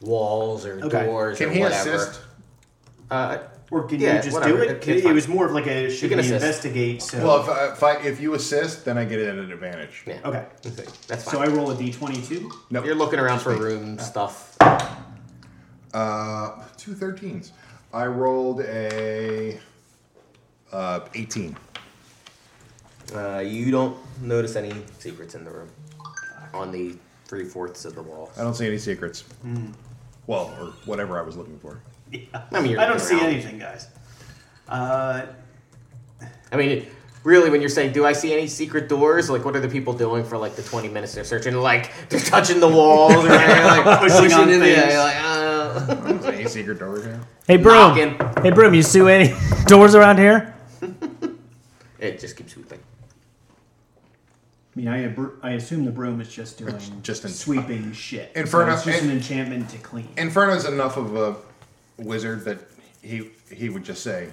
S2: walls or
S4: Okay.
S2: doors
S5: Can
S2: or
S5: he
S2: whatever.
S5: assist?
S2: Uh,
S4: or can
S2: yeah,
S4: you just
S2: whatever,
S4: do
S2: it-
S4: it?
S2: it's
S4: It,
S2: fine.
S4: was more of like a should
S2: can
S4: we
S2: assist.
S4: investigate? So
S5: Well, if I, if I if you assist, then I get it at an advantage.
S2: yeah.
S4: okay,
S2: That's fine.
S4: so I roll a d twenty two.
S5: Nope.
S2: You're looking around for room stuff.
S5: Uh, two 13s. I rolled a uh, 18.
S2: Uh, you don't notice any secrets in the room. On the three fourths of the wall.
S5: I don't see any secrets.
S4: Hmm.
S5: Well, or whatever I was looking for.
S2: I mean, you're
S4: I don't
S2: looking
S4: see
S2: around.
S4: anything, guys. Uh,
S2: I mean, really, when you're saying, "Do I see any secret doors?" Like, what are the people doing for like the 20 minutes they're searching? Like, they're touching the walls or they're, like
S4: Pushing
S2: pushing
S4: on
S2: in the
S4: things.
S2: air. Like, uh,
S5: I don't see any secret doors here.
S3: Hey broom,
S2: Knocking.
S3: hey broom, you see any doors around here?
S2: it just keeps sweeping.
S7: I mean, I, abr- I assume the broom is just doing
S5: just an-
S7: sweeping shit.
S5: Inferno-
S7: It's just
S5: in-
S7: an enchantment to clean.
S5: Inferno's enough of a wizard that he he would just say,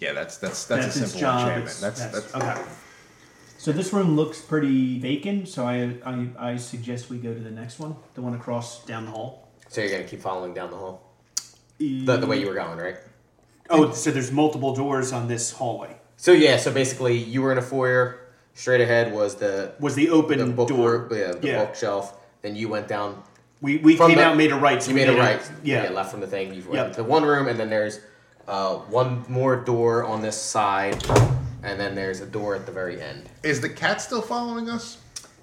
S5: "Yeah, that's that's that's,
S4: that's
S5: a
S4: his
S5: simple
S4: job.
S5: enchantment.
S4: It's-
S5: That's that's,
S4: that's- okay.
S7: So this room looks pretty vacant. So I, I I suggest we go to the next one, the one across.
S4: Down the hall.
S2: So you're gonna keep following down the hall, the, the way you were going, right?
S4: Oh, so there's multiple doors on this hallway.
S2: So yeah, so basically, you were in a foyer. Straight ahead was the
S4: Was the open
S2: the book
S4: door?
S2: yeah, the
S4: yeah.
S2: bookshelf. Then you went down.
S4: We, we
S2: From
S4: came
S2: the-
S4: out, and made a right. so
S2: you
S4: we
S2: made a
S4: did
S2: right.
S4: Yeah.
S2: left from the thing. You went
S4: Yep.
S2: to one room, and then there's uh, one more door on this side, and then there's a door at the very end.
S5: Is the cat still following us?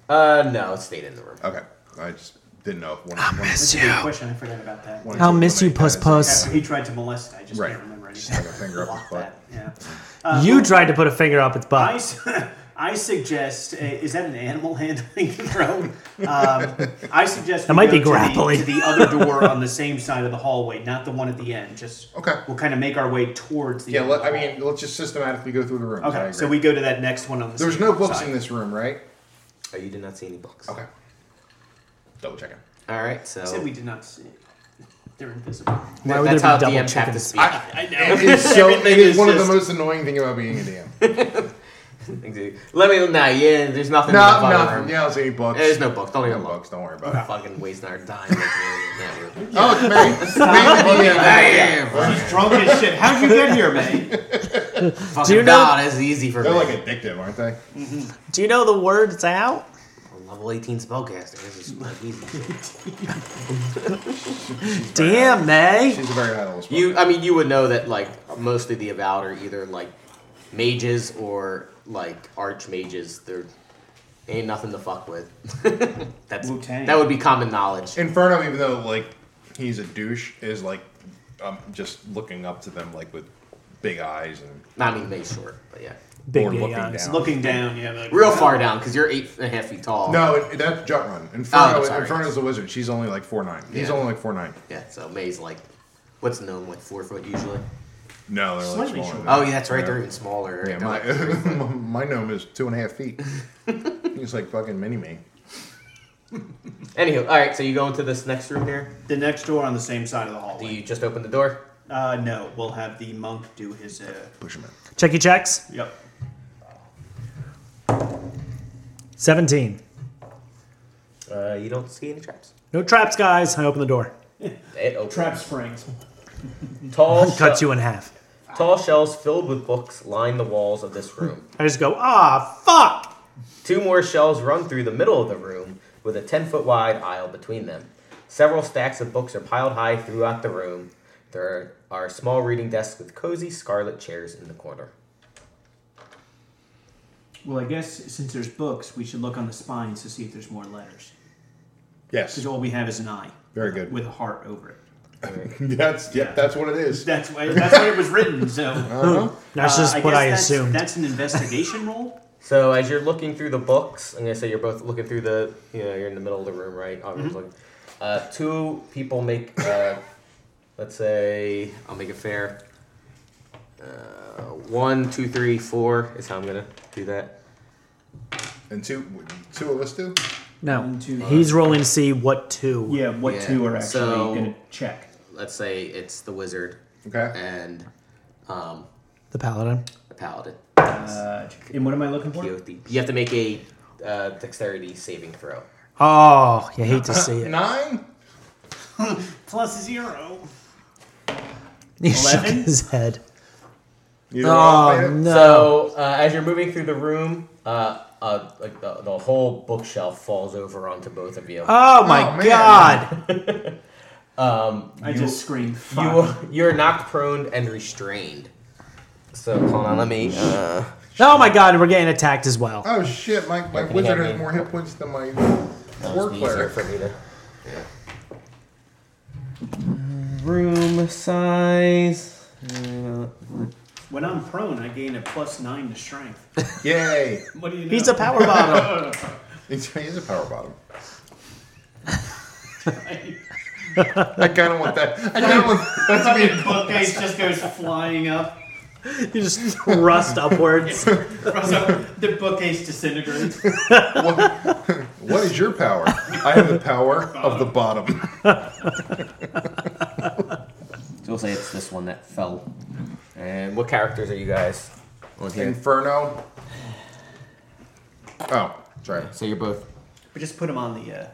S2: Uh, no, it stayed in the room.
S5: Okay, I just didn't know if one. I miss
S4: Good question. I forgot about that.
S3: I'll miss you, puss puss.
S4: After he tried to molest, I just
S5: Right.
S4: can't remember anything.
S5: Stuck a finger up his
S4: Block
S5: butt.
S4: that, Yeah. Uh,
S3: You tried to put a finger up its
S4: I,
S3: butt.
S4: s- I suggest uh, is that an animal handling throw? Um, I suggest that
S3: might be
S4: to
S3: grappling.
S4: The, to the other door on the same side of the hallway, not the one at the end. Just
S5: Okay.
S4: We'll kind of make our way towards the.
S5: Yeah,
S4: end
S5: let,
S4: of
S5: I
S4: the
S5: mean, let's just systematically go through the rooms.
S4: hall.
S5: I
S4: Okay,
S5: agree.
S4: so we go to that next one on the.
S5: There's
S4: same
S5: no books
S4: side.
S5: in this room, right?
S2: Oh, you did not see any books.
S5: Okay. Double checking.
S2: All right, so
S4: I said we did not see. They're invisible.
S2: That-
S3: Why would
S2: that's
S3: there be
S2: how
S3: double
S2: DMs have to
S3: chickens?
S2: speak.
S4: I know.
S5: It is so. it
S4: Everything
S5: is,
S4: is
S5: one of
S4: just-
S5: the most annoying thing about being E a DM.
S2: Exactly. Let me know. Yeah, there's nothing. in the
S5: no,
S2: fucking
S5: no,
S2: room.
S5: yeah, I don't see any books.
S2: There's no books. Don't
S5: no
S2: even look.
S5: books. Don't worry about it.
S2: Fucking wasting our time. with you in that room.
S5: Oh, it's Mary. It's Mary.
S2: Yeah,
S5: Yeah.
S2: yeah, fucking
S7: Drunk as shit. How'd you get here, man?
S2: fucking
S3: you know-
S2: God, it's easy for me.
S5: They're like addictive, aren't they?
S3: Do you know the words out?
S2: level 18 spellcaster. This is like easy.
S3: Damn, May.
S5: She's a very high level.
S2: You,
S5: smoker.
S2: I mean, you would know that like most of the avowed are either like mages or like archmages. They're ain't nothing to fuck with. That's
S7: Wu-Tang.
S2: that would be common knowledge.
S5: Inferno, even though like he's a douche, is like um, just looking up to them like with big eyes and
S2: Not I mean, May's short, but yeah,
S3: Big
S5: or
S3: gay
S5: looking
S3: eyes.
S5: down.
S4: Looking down, yeah. Like,
S2: real far down because you're eight and a half feet tall.
S5: No, it, that's Jut Run. Inferno,
S2: Oh, sorry.
S5: Inferno's the wizard. She's only like four nine. He's
S2: Yeah.
S5: only like four nine.
S2: Yeah, so May's like, what's known like four foot usually.
S5: No, they're
S7: Slightly
S5: like smaller.
S7: short.
S5: than
S2: Oh
S5: that.
S2: yeah, that's right. They're even smaller. right?
S5: Yeah,
S2: They're,
S5: my,
S2: like, three foot.
S5: my gnome is two and a half feet. He's like fucking mini me.
S2: Anywho, all right. So you go into this next room here.
S4: The next door on the same side of the
S2: Do
S4: hallway.
S2: you just open the door?
S4: Uh, no, we'll have the monk do his. Uh,
S5: Push him in.
S3: Checky checks.
S4: yep.
S3: Seventeen.
S2: Uh, you don't see any traps.
S3: No traps, guys. I open the door.
S2: It opens.
S4: Trap springs.
S2: Tall,
S3: Cuts
S2: shel-
S3: you in half.
S2: tall shelves filled with books line the walls of this room.
S3: I just go, ah, fuck.
S2: Two more shelves run through the middle of the room with a 10 foot wide aisle between them. Several stacks of books are piled high throughout the room. There are small reading desks with cozy scarlet chairs in the corner.
S4: Well, I guess since there's books, we should look on the spines to see if there's more letters.
S5: Yes.
S4: Because all we have is an eye.
S5: Very good.
S4: With a heart over it.
S5: That's yep. That's what it is.
S4: That's why. That's what it was written. So
S2: Uh-huh.
S3: That's
S4: Uh,
S3: just what
S4: guess
S3: I
S4: that's-
S3: assumed.
S4: That's an investigation roll.
S2: So as you're looking through the books, I'm gonna say you're both looking through the, you know, you're in the middle of the room, right? Obviously, uh, two people make, uh, let's say, I'll make it fair. Uh, one, two, three, four is how I'm gonna do that.
S5: And two, two of us do.
S3: no,
S4: One, two,
S3: he's rolling to see what two.
S4: Yeah, what
S2: Yeah,
S4: two are actually
S2: so-
S4: going to check?
S2: Let's say it's the wizard
S5: Okay.
S2: and um,
S3: The paladin.
S2: the paladin.
S4: Uh, and what am I looking for?
S2: Quixote. You have to make a uh, dexterity saving throw.
S3: Oh, you hate to see it.
S5: Nine.
S8: Plus zero.
S3: He shook
S4: Eleven?
S3: his head.
S5: You
S3: Oh no.
S2: So uh, as you're moving through the room, uh, uh, like the, the whole bookshelf falls over onto both of you.
S3: oh my
S5: Oh,
S3: god.
S5: man.
S4: I just screamed. Fuck.
S2: You you're knocked prone and restrained. So hold on, let me. Uh,
S3: Oh my god, we're getting attacked as well.
S5: Oh shit! My my
S2: can you
S5: wizard
S2: help
S5: has
S2: me?
S5: more hit points than my
S2: that
S5: war
S2: was easier
S5: cleric.
S2: for me to. Yeah. Room size. Uh,
S4: When I'm prone, I gain a plus nine to strength.
S5: Yay!
S4: What do you know?
S3: He's a power bottom.
S5: He's, he's a power bottom. I kind of want that. I kind of want that to be.
S8: Fucking bookcase just goes flying up.
S3: you just thrust upwards.
S8: Also, the bookcase disintegrates.
S5: What, what is your power? I have the power of the bottom.
S2: so we'll say it's this one that fell. And what characters are you guys on here?
S5: Inferno. Oh, sorry.
S2: So you're both.
S4: But just put him on the. Uh,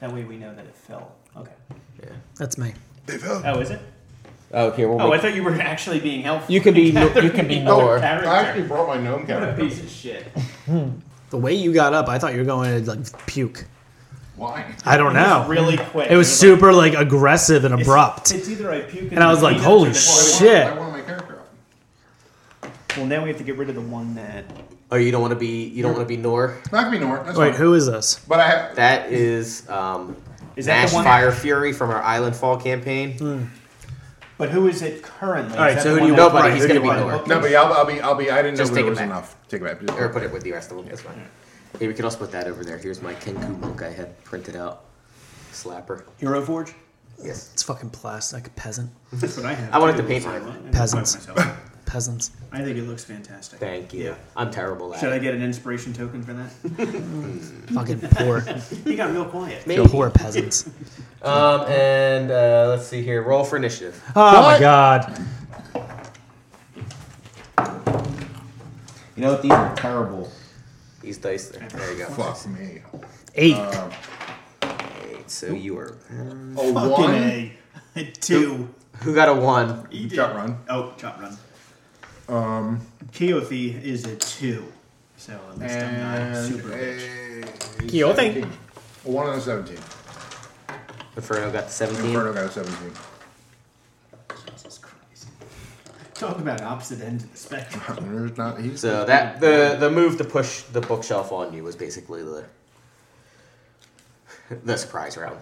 S4: that way we know that it fell. Okay.
S3: That's me.
S4: Oh, is it?
S2: Oh, here we'll
S4: Oh, I
S2: make.
S4: thought you were actually being helpful.
S2: You can be. no- You can be
S5: Oh,
S2: more.
S5: I actually brought my gnome character.
S4: piece of shit.
S3: The way you got up, I thought you were going to like puke.
S5: Why?
S3: I don't know.
S4: Really quick.
S3: Oh. It was super like aggressive and abrupt.
S4: It's either I puke.
S3: And I was like, holy
S5: I
S3: shit.
S5: want- I want my character up.
S4: Well, now we have to get rid of the one that.
S2: Oh, you don't want to be. You don't want to be Nor.
S5: Knock me north. That's
S3: Wait,
S5: fine.
S3: who is this?
S5: But I have.
S2: That is. Um,
S4: Is that
S2: Nash
S4: the one?
S2: Fire Fury from our Island Fall campaign.
S4: But who is it currently? Is
S3: All right,
S4: that
S3: so
S4: the
S3: who do
S4: one
S3: you-
S4: that-
S2: Hmm. Nobody.
S3: Right,
S2: he's
S3: who do
S2: gonna
S3: you
S2: be
S3: want?
S2: Nor.
S5: No, but yeah, I'll, I'll be. I'll be. I didn't
S2: Just
S5: know
S2: take
S5: it
S2: it
S5: was
S2: back.
S5: enough. Take it back.
S2: Or put it with the rest of them. That's fine. Hey, we could also put that over there. Here's my Kenku monk I had printed out. Slapper.
S4: Hero Forge.
S2: Yes.
S3: It's fucking plastic peasant.
S4: That's what I have.
S2: I wanted
S4: too,
S2: to paint
S4: so I
S2: mine.
S4: went-
S3: Peasants.
S4: myself.
S3: Peasants.
S4: I think it looks fantastic.
S2: Thank you. I'm terrible at
S4: Should I
S2: it.
S4: get an inspiration token for that?
S3: Fucking poor,
S4: he got real quiet.
S3: poor peasants.
S2: Um, and uh, let's see here. Roll for initiative.
S3: Oh my
S5: What?
S3: god.
S9: You know what? These are terrible.
S2: These dice there. There you go.
S5: Fuck me.
S3: Eight.
S2: Eight, So you are.
S5: Oh,
S4: Fucking
S5: one.
S4: A. A Two.
S2: Who got a one?
S5: Jump run.
S4: Oh, chop run. Um.
S5: Um,
S4: Keothi is a two. So at least I'm not
S5: And
S4: super rich.
S5: a
S3: Kyo, thank-
S5: 17. A One and a seventeen.
S2: Inferno got the 17.
S5: Inferno got a seventeen.
S4: Jesus Christ. Talk about opposite ends of the spectrum.
S5: There's not. He's
S2: So that the the move to push the bookshelf on you was basically the the surprise round.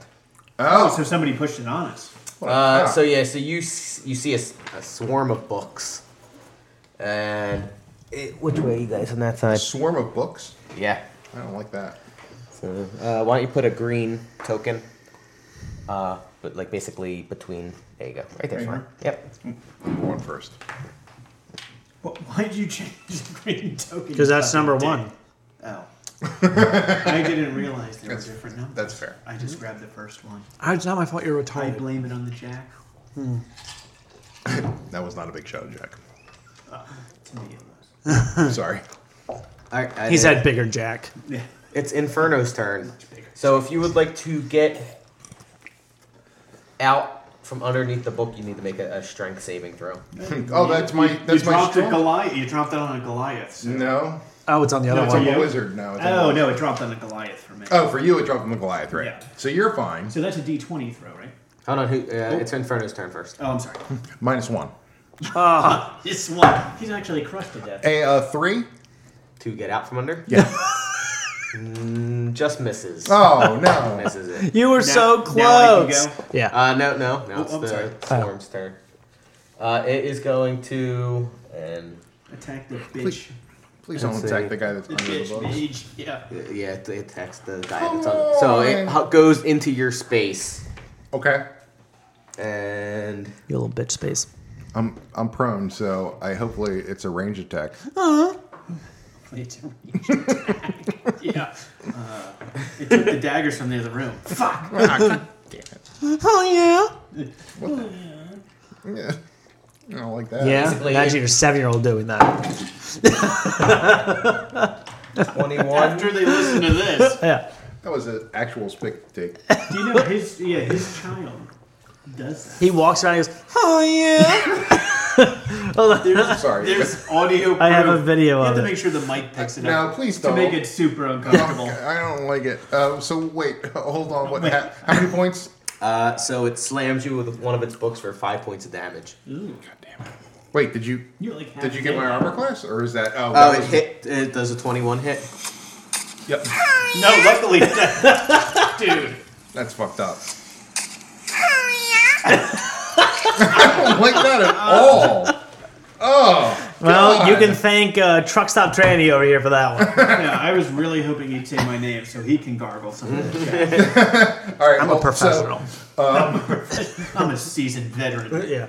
S5: oh, Ah,
S4: So somebody pushed it on us.
S5: what a
S2: Uh,
S5: cock.
S2: so yeah, so you s- you see a, s- a swarm of books, and it, which way are you guys on that side?
S5: swarm of books.
S2: Yeah.
S5: I don't like that.
S2: So uh, why don't you put a green token? Uh, but like basically between there you go, right there.
S5: Right
S2: Yep.
S5: Number one first.
S4: What, why'd you change the green token?
S3: Because
S4: you
S3: that's
S4: fucking
S3: number
S4: dick?
S3: one.
S4: Oh. I didn't realize there were
S5: That's- Mhm.
S4: different numbers.
S5: that's fair.
S4: I just grabbed the first one.
S3: Ah, It's not my fault you're
S4: I
S3: retarded.
S4: blame it on the jack.
S5: That was not a big shout, Jack. Hmm.
S4: To me it was.
S5: Sorry.
S2: I, I
S3: He's
S2: think
S3: had bigger Jack.
S2: it's Inferno's turn. So if you would like to get out from underneath the book, you need to make a, a strength saving throw.
S5: Oh, that's my
S4: You
S5: that's my
S4: dropped, a
S5: strength.
S4: Goliath, you dropped that on a Goliath. So.
S5: No,
S3: Oh, it's on the other
S4: it's
S5: it's on
S3: one.
S5: the
S4: you?
S5: wizard. No, it's on
S7: Oh
S5: the-
S7: no, it dropped on a Goliath for me.
S5: Oh, for you it dropped on the Goliath, right?
S4: Yeah.
S5: So you're fine.
S7: So that's a D20 throw, right?
S2: Hold on, who, uh, it's Inferno's turn first.
S7: Oh, I'm sorry.
S5: Minus one.
S3: Ah,
S7: This one, he's actually crushed to death.
S5: A uh, three.
S2: To get out from under, Mm,
S5: Yeah.
S2: just misses.
S4: Ah.
S5: Oh no.
S2: Misses it.
S3: You were so
S7: now I can
S3: close.
S7: go?
S3: Yeah.
S2: Uh, no, no, no. It's
S4: I'm
S2: the
S4: sorry.
S2: swarm's turn. Uh, it is going to and
S7: Attack the bitch.
S5: Please don't
S2: Let's
S5: attack
S2: see.
S5: the guy that's
S7: The
S5: under the
S7: bitch,
S5: books.
S7: bitch. Yeah.
S2: uh, yeah, it, it attacks the guy. That's on, so it h- goes into your space
S5: Okay.
S2: and
S3: You little bitch space.
S5: I'm I'm prone, so I hopefully it's a range attack.
S7: It's a
S4: Yeah. Uh, it took the daggers from the other room.
S3: Oh
S5: Yeah. I don't like that.
S3: yeah. Yeah.
S2: Basically,
S3: Imagine
S2: it-
S3: your seven-year-old doing that.
S2: twenty-one.
S4: After they listen to this,
S3: Yeah.
S5: That was an actual spick take.
S7: Do you know his? Yeah, his child does that.
S3: He walks around. and He goes, "Oh yeah."
S5: Sorry.
S4: there's audio. Proof.
S3: I have a video
S4: You
S3: of
S4: have to
S3: it.
S4: make sure the mic picks it
S5: No,
S4: up
S5: please
S4: to
S5: don't.
S4: make it super uncomfortable.
S5: I don't like it. Uh, so wait, hold on. What? How, how many points?
S2: Uh, so it slams you with one of its books for five points of damage.
S7: Ooh,
S5: Wait, did you
S7: you're like half
S5: did you get my
S7: dead.
S5: armor class or is that? Oh,
S2: Oh,
S5: that
S2: it
S5: was-
S2: hit. It does a twenty-one hit.
S5: Yep.
S4: No, luckily, dude.
S5: That's fucked up. I don't like that
S4: Uh.
S5: at all. Oh.
S3: Well, you
S5: God.
S3: can thank uh, truck stop tranny over here for that one.
S4: Yeah, I was really hoping he'd say my name so he can gargle some of this. shit.
S5: All right,
S3: I'm
S5: well,
S3: a
S5: Oh, so-
S3: professional.
S4: I'm a seasoned veteran.
S3: yeah.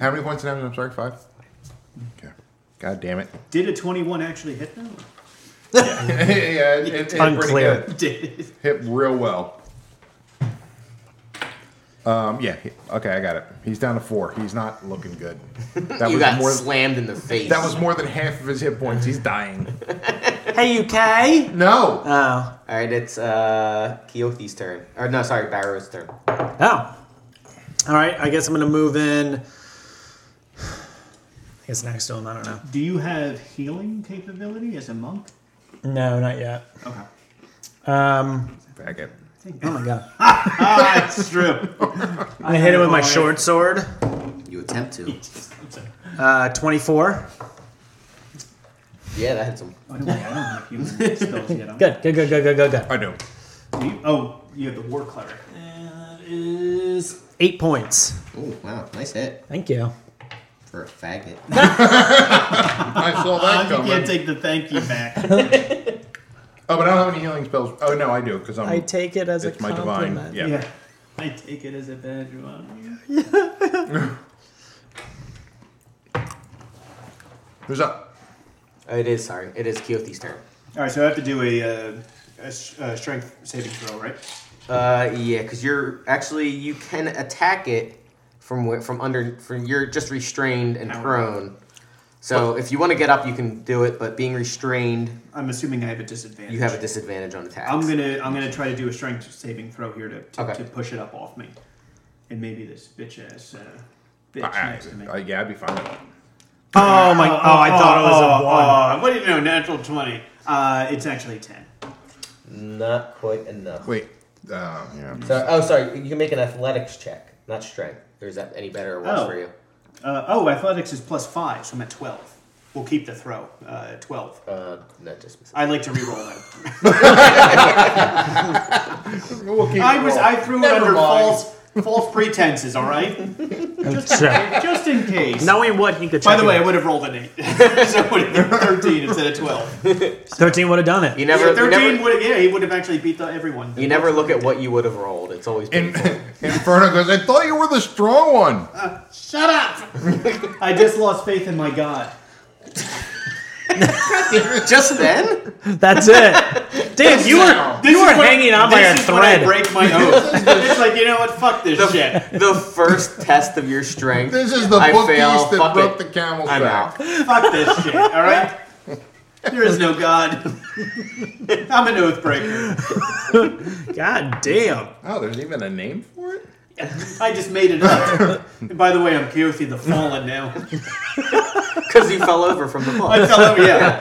S5: How many points did I have? I'm sorry, five.
S4: Mm.
S5: Okay. God damn it.
S7: Did a 21 actually hit them?
S5: yeah, it, it, it pretty
S3: Unclear.
S5: good.
S4: Did
S5: Hit real well. Um, yeah. he- Okay, I got it. He's down to four. He's not looking good. That
S2: you
S5: was
S2: got
S5: more.
S2: slammed in the face.
S5: that was more than half of his hit points. He's dying.
S3: Hey, UK.
S5: No.
S3: Oh.
S2: all right. It's uh, Keothi's turn. Or no, sorry, Barrow's turn.
S3: Oh. All right. I guess I'm gonna move in. I guess next to him. I don't know.
S7: Do you have healing capability as a monk?
S3: No, not yet.
S7: Okay.
S3: Um.
S5: Back it.
S3: Oh my god.
S4: Ah,
S7: That's true.
S3: I hit him with my short sword.
S2: You attempt to.
S3: Uh, 24.
S2: Yeah, that hits him.
S7: By the way, I don't have human spells yet. I'm-
S3: Good. Good. Good. Good. Good. Good. Good.
S5: I know.
S7: Do you- oh, you have the war cleric.
S3: That is eight points.
S2: Oh wow, nice hit
S3: Thank you.
S2: for a faggot.
S5: I saw that
S7: Ah, You
S5: coming.
S7: can't take the thank you back.
S5: oh, but I don't have any healing spells. Oh no, I do because I'm.
S3: I take it as
S5: it's
S3: a
S5: my
S3: compliment.
S5: divine. Yeah.
S7: yeah. I take it as a badge of honor.
S5: Who's up?
S2: Oh, it is. Sorry, it is Keothi's turn.
S4: All right, so I have to do a, uh, a, s- uh strength saving throw, right?
S2: Uh, yeah, because you're actually you can attack it from where from under from you're just restrained and prone. So if you want to get up, you can do it, but being restrained,
S4: I'm assuming I have a disadvantage.
S2: you have a disadvantage on attacks.
S4: I'm gonna I'm gonna try to do a strength saving throw here to to,
S2: Okay.
S4: to push it up off me, and maybe this bitch ass uh, bitch
S5: I,
S4: next to me.
S5: I, yeah, I'd be fine. with that.
S3: Oh my! Oh, I thought it was a one.
S4: Oh, what do you know? Natural twenty. Uh, it's actually ten.
S2: Not quite enough.
S5: Wait. Uh, yeah.
S2: So, oh, sorry. You can make an athletics check, not strength. Or is that any better or worse
S4: Oh.
S2: for you?
S4: Uh, oh, athletics is plus five, so I'm at twelve. We'll keep the throw. Uh, twelve.
S2: Uh, no, just miss it.
S4: I'd like to re-roll that.
S5: We'll keep
S4: I
S5: it
S4: was
S5: roll.
S4: I threw it
S5: Never
S4: under
S5: mind.
S4: false false pretenses. All right,
S3: Sure.
S4: just in case.
S3: Knowing what you could.
S4: By the
S3: check
S4: way, I
S3: it.
S4: would have rolled an eight, so it would have been thirteen instead of twelve.
S3: thirteen would have done it.
S2: You never,
S4: yeah,
S2: you
S4: thirteen
S2: never,
S4: would have. Yeah, he would have actually beat the, everyone.
S2: you never look at what you would have rolled. It's always
S5: In,
S2: painful.
S5: Inferno goes. I thought you were the strong one.
S4: Shut up!
S7: I just lost faith in my god.
S2: just then.
S3: That's it. Damn, you were
S4: This
S3: you
S4: is
S3: were
S4: when-
S3: hanging on by a
S4: This is when I
S3: thread.
S4: break my oath. it's like you know what? Fuck this shit.
S2: The first test of your strength.
S5: This is the
S2: I
S5: book
S2: fail,
S5: beast that
S2: fuck
S5: broke
S2: it.
S5: the camel's
S2: I'm
S5: back.
S2: out.
S4: Fuck this shit. All right. There is no God. I'm an oathbreaker.
S3: God damn.
S5: Oh, there's even a name for it?
S4: I just made it up. And by the way, I'm Keothi the Fallen now.
S2: Because you fell over from the
S4: I
S2: bus.
S4: fell over, yeah.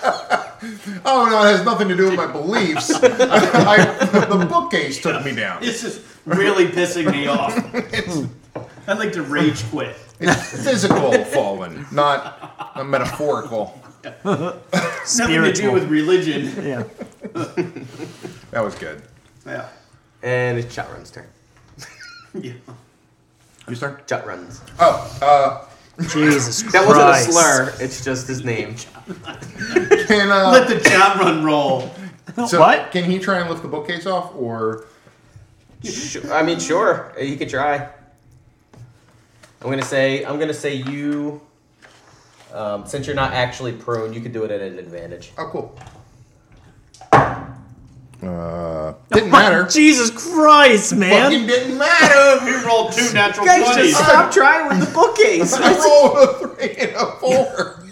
S5: Oh, no, it has nothing to do with my beliefs. I, the bookcase took me down.
S4: It's just really pissing me off. I'd like to rage quit.
S5: It's physical fallen, not a metaphorical.
S4: Nothing to do
S3: Spiritual.
S4: with religion.
S3: Yeah.
S5: That was good.
S4: Yeah.
S2: And it's Chut Run's turn.
S4: yeah.
S5: You start?
S2: Chut Run's.
S5: Oh, uh,
S3: Jesus Christ.
S2: That wasn't a slur, it's just his name.
S5: can, uh,
S4: Let the job run roll.
S5: so
S3: what?
S5: Can he try and lift the bookcase off, or
S2: Sure, I mean, sure, you could try. I'm gonna say, I'm gonna say you. Um, since you're not actually prone, you could do it at an advantage.
S5: oh, cool. Uh, didn't matter.
S3: Jesus Christ, man.
S5: Fucking didn't matter.
S4: We rolled two natural
S2: Guys, just
S4: 20s.
S2: stop trying with the bookcase.
S5: I rolled a three and a four.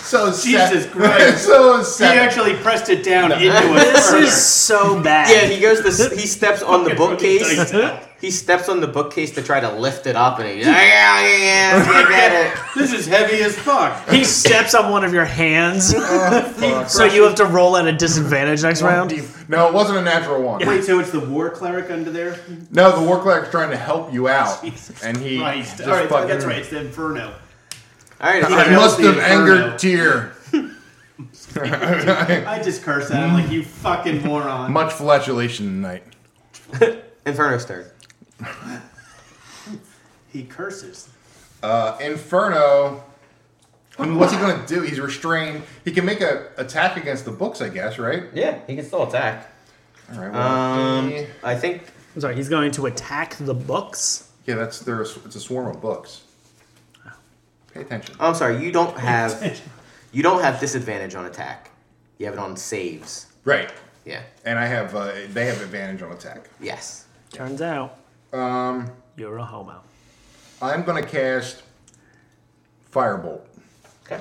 S5: so
S4: Jesus
S5: se-
S4: Christ.
S5: so
S4: He
S5: seven.
S4: actually pressed it down into it.
S3: This
S4: further.
S3: is so bad.
S2: yeah, he goes to. s- He steps on the
S4: Fucking put these dice
S2: bookcase.
S4: down.
S2: He steps on the bookcase to try to lift it up, and he's like, yeah, yeah, yeah, I get it.
S4: This is heavy as fuck.
S3: He steps on one of your hands, so you have to roll at a disadvantage next round.
S5: no, it wasn't a natural one.
S4: Wait, so it's the war cleric under there?
S5: No, the war cleric's trying to help you out, and he
S4: Right.
S5: just
S4: All right,
S5: fucking.
S4: that's right. It's the Inferno.
S2: All right,
S5: I
S4: That was
S5: must
S4: the
S5: have angered
S4: inferno.
S5: Tyr.
S4: I just curse at him like you fucking moron.
S5: Much flatulation tonight.
S2: Inferno's turn.
S4: He curses.
S5: Uh, Inferno. I mean, what's he gonna do? He's restrained. He can make a attack against the books, I guess, right?
S2: Yeah, he can still attack.
S5: All right. Well,
S2: Um,
S5: yeah.
S2: I think
S3: I'm sorry, he's going to attack the books.
S5: yeah, that's there. It's a swarm of books. Pay attention.
S2: oh, I'm sorry, you don't have you don't have disadvantage on attack. You have it on saves.
S5: Right.
S2: Yeah.
S5: And I have. Uh, they have advantage on attack.
S2: Yes.
S3: Turns out,
S5: Um,
S3: you're a homo.
S5: I'm gonna cast firebolt.
S2: Okay.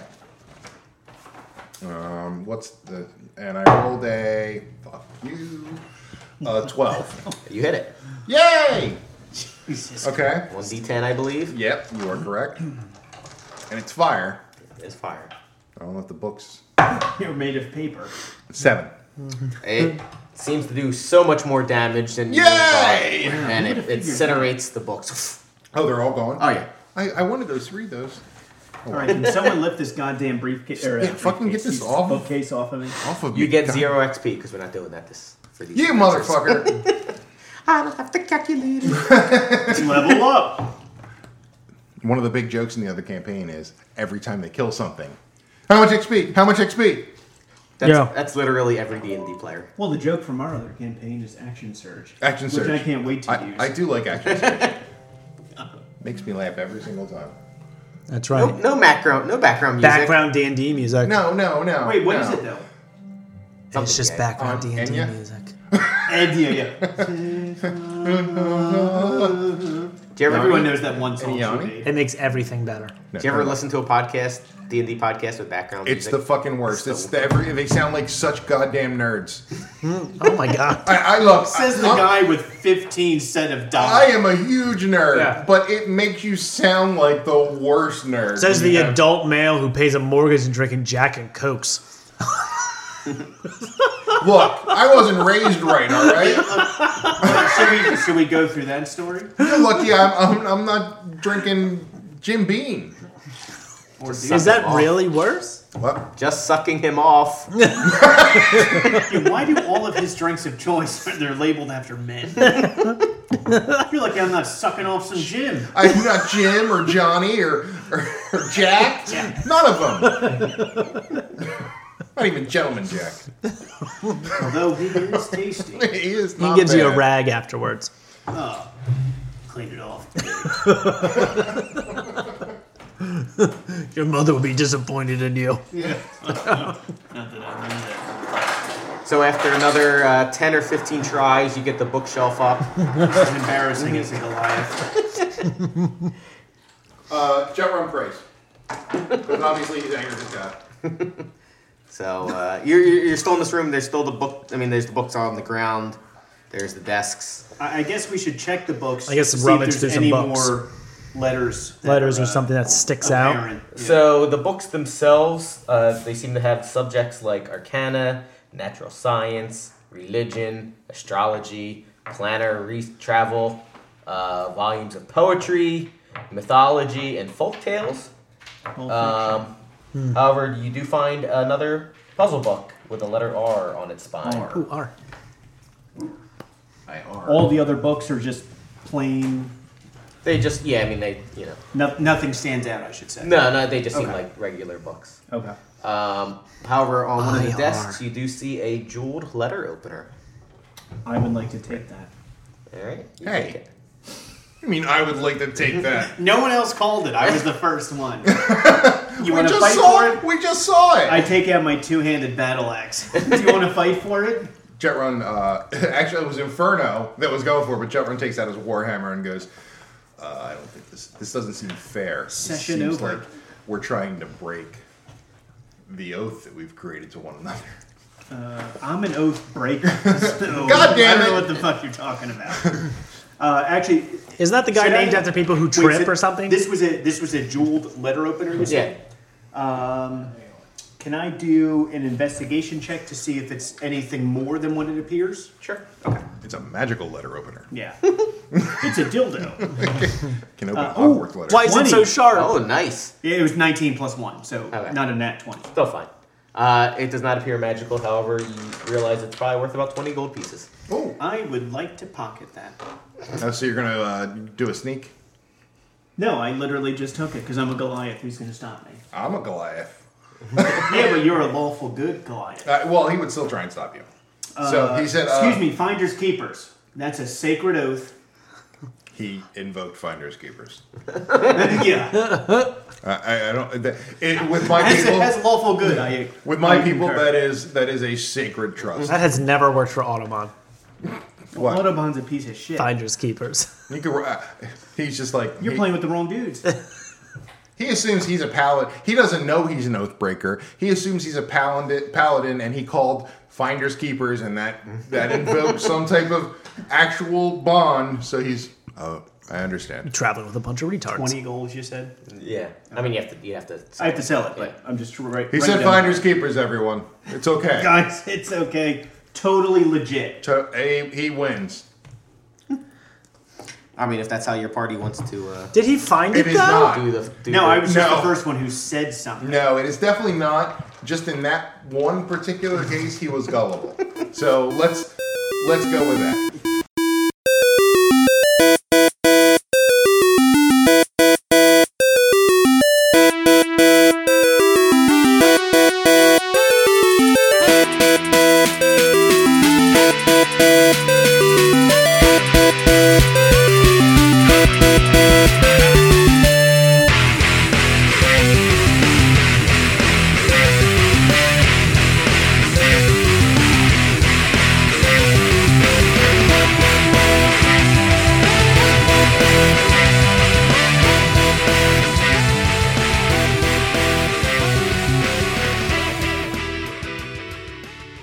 S5: Um, what's the? And I rolled a fuck you, uh, twelve.
S2: You hit it.
S5: Yay! Okay.
S2: One D10, I believe.
S5: Yep, you are correct. And it's fire.
S2: It's fire.
S5: I don't know if the books.
S4: You're made of paper.
S5: Seven.
S2: It seems to do so much more damage than you
S5: Hmm. Yay!
S2: thought, and it, it incinerates the books.
S5: Oh, they're all gone.
S2: Oh, yeah.
S5: I, I wanted those three. Those
S7: All right, can someone lift this goddamn briefcase? Or, uh,
S5: Yeah, fucking get
S7: briefcase,
S5: this off.
S7: Bookcase off of me.
S5: off of
S2: You
S5: me.
S2: get
S5: God.
S2: zero XP because we're not doing that this for these.
S5: You
S2: adventures.
S5: motherfucker.
S2: I don't have to calculate it.
S4: Level up.
S5: One of the big jokes in the other campaign is every time they kill something, how much XP? How much XP?
S2: That's,
S3: Yeah.
S2: that's literally every D and D player.
S7: Well, the joke from our other campaign is Action Surge.
S5: Action
S7: which
S5: surge.
S7: I can't wait to
S5: I,
S7: use.
S5: I do like action surge. Makes me laugh every single time.
S3: That's
S2: No, no background, no background music.
S3: Background D and D music.
S5: No, no, no.
S4: Wait, what
S5: no.
S4: is it though?
S3: it's just background
S5: Um,
S3: D and D
S5: Enya?
S3: music.
S4: Idea, yeah.
S2: Do you ever
S4: Everyone knows that one song.
S5: Yanni?
S4: she made.
S3: It makes everything better.
S5: No,
S2: Do you ever
S5: no.
S2: listen to a podcast, D and D podcast with background
S5: It's
S2: music?
S5: the fucking worst. It's the every. They sound like such goddamn nerds.
S3: Oh my god.
S5: I, I love.
S4: Says the
S5: I-
S4: guy with 15 set of
S5: I
S4: dollars.
S5: am a huge nerd,
S4: Yeah.
S5: but it makes you sound like the worst nerd.
S3: Says the
S5: You know?
S3: adult male who pays a mortgage and drinking Jack and Cokes.
S5: Look, I wasn't raised right, all right?
S4: should, we, should we go through that story?
S5: You're lucky I'm, I'm, I'm not drinking Jim Beam.
S4: Or do
S3: Is that really worse?
S5: What?
S2: Just sucking him off.
S4: Dude, why do all of his drinks of choice they're labeled after men? You're lucky I'm not sucking off some gin.
S5: I'm not Jim or Johnny or, or, or Jack. None of them. not even Gentleman Jack.
S4: Although he is tasty.
S5: He is
S3: He
S5: not
S3: gives you a
S5: bad.
S3: rag afterwards.
S4: Oh, clean it off.
S3: Your mother would be disappointed in you.
S4: Not that I knew that.
S2: So after another uh, 10 or 15 tries, you get the bookshelf up.
S4: It's embarrassing as a Goliath.
S5: Uh, Jet Run Praise. But obviously he's angry with God.
S2: So uh, you're, you're you're still in this room. There's still the book. I mean, there's the books on the ground. There's the desks.
S4: I, I guess we should check the books.
S3: I guess
S4: to
S3: some
S4: see if
S3: rummage
S4: there's
S3: through some
S4: any
S3: books.
S4: more letters. that
S3: Letters
S4: are,
S3: or
S4: uh,
S3: something that sticks out.
S4: apparent. Yeah.
S2: So the books themselves, uh, they seem to have subjects like arcana, natural science, religion, astrology, planetary travel, uh, volumes of poetry, mythology, and folk tales. Um, However, you do find another puzzle book with the letter R on its spine.
S3: Ooh, R.
S5: I are.
S7: All the other books are just plain.
S2: They just, yeah, I mean, they, you know,
S4: No, nothing stands out, I should say.
S2: no, no, they just seem
S4: Okay.
S2: like regular books.
S7: Okay.
S2: Um, however, on one of the
S3: IR.
S2: desks, you do see a jeweled letter opener.
S7: I would like to take that.
S2: All right. you
S5: Hey.
S2: take it.
S5: I mean, I would like to take that.
S4: No one else called it. I was the first one. You
S5: we
S4: want to
S5: just
S4: fight
S5: saw
S4: for
S5: it.
S4: it?
S5: We just saw it.
S4: I take out my two-handed battle axe. Do you want to fight for it?
S5: Jet Run, uh, actually, it was Inferno that was going for, it, but Jet Run takes out his warhammer and goes, uh, "I don't think this. This doesn't seem fair. This
S4: Session
S5: seems
S4: over.
S5: Like we're trying to break the oath that we've created to one another.
S4: Uh, I'm an oath breaker. So
S5: God damn
S4: I don't
S5: it.
S4: know what the fuck you're talking about. Uh, actually,
S3: Isn't that the guy
S4: Should I-
S3: named after people who
S4: wait,
S3: trip
S4: so
S3: or something?
S4: This was a this was a jeweled letter opener. You
S2: Yeah.
S4: said? Um, can I do an investigation check to see if it's anything more than what it appears?
S2: Sure.
S5: It's a magical letter opener.
S4: Yeah. it's a dildo.
S5: Can open a
S4: Uh, ooh,
S5: Hogwarts letter.
S3: Why is it so
S4: 20.
S3: sharp?
S2: Oh, nice.
S4: Yeah, it was 19 plus one, so
S2: Okay.
S4: not a nat 20.
S2: Still fine. Uh, it does not appear magical. However, you realize it's probably worth about twenty gold pieces.
S5: Oh,
S4: I would like to pocket that.
S5: oh, so you're gonna uh, do a sneak?
S4: No, I literally just took it because I'm a Goliath. Who's going to stop me?
S5: I'm a Goliath.
S4: Yeah, but you're a lawful good Goliath.
S5: Uh, well, he would still try and stop you. so he said, uh,
S4: Excuse me, finders keepers. That's a sacred oath.
S5: He invoked finders keepers.
S4: yeah.
S5: Uh, I, I don't. That, it, with my
S4: As,
S5: people,
S4: as lawful good, I
S5: with my
S4: I
S5: people,
S4: concur.
S5: that is that is a sacred trust.
S3: That has never worked for Audubon.
S5: What?
S4: Autobahn's a piece of shit.
S3: Finders keepers.
S5: You could, uh, he's just like
S4: You're
S5: he,
S4: playing with the wrong dudes.
S5: he assumes he's a paladin. He doesn't know he's an oath breaker. He assumes he's a paladin, paladin, and he called finders keepers, and that that invokes some type of actual bond. So he's. Oh, I understand.
S3: Traveling with a bunch of retards.
S4: 20 goals, you said?
S2: Yeah. I mean, you have to. You have to.
S4: I have to sell it, but
S2: Yeah.
S4: I'm just right.
S5: He
S4: right
S5: said
S4: down.
S5: finders keepers. Everyone, it's okay.
S4: Guys, it's okay. Totally legit.
S5: To- eh, he wins.
S2: I mean, if that's how your party wants to uh,
S3: Did he find it,
S5: It is
S3: though?
S5: not.
S2: do the. Do
S4: No,
S2: the,
S4: I was just
S5: No.
S4: the first one who said something.
S5: No, it is definitely not. Just in that one particular case, he was gullible. so let's let's go with that.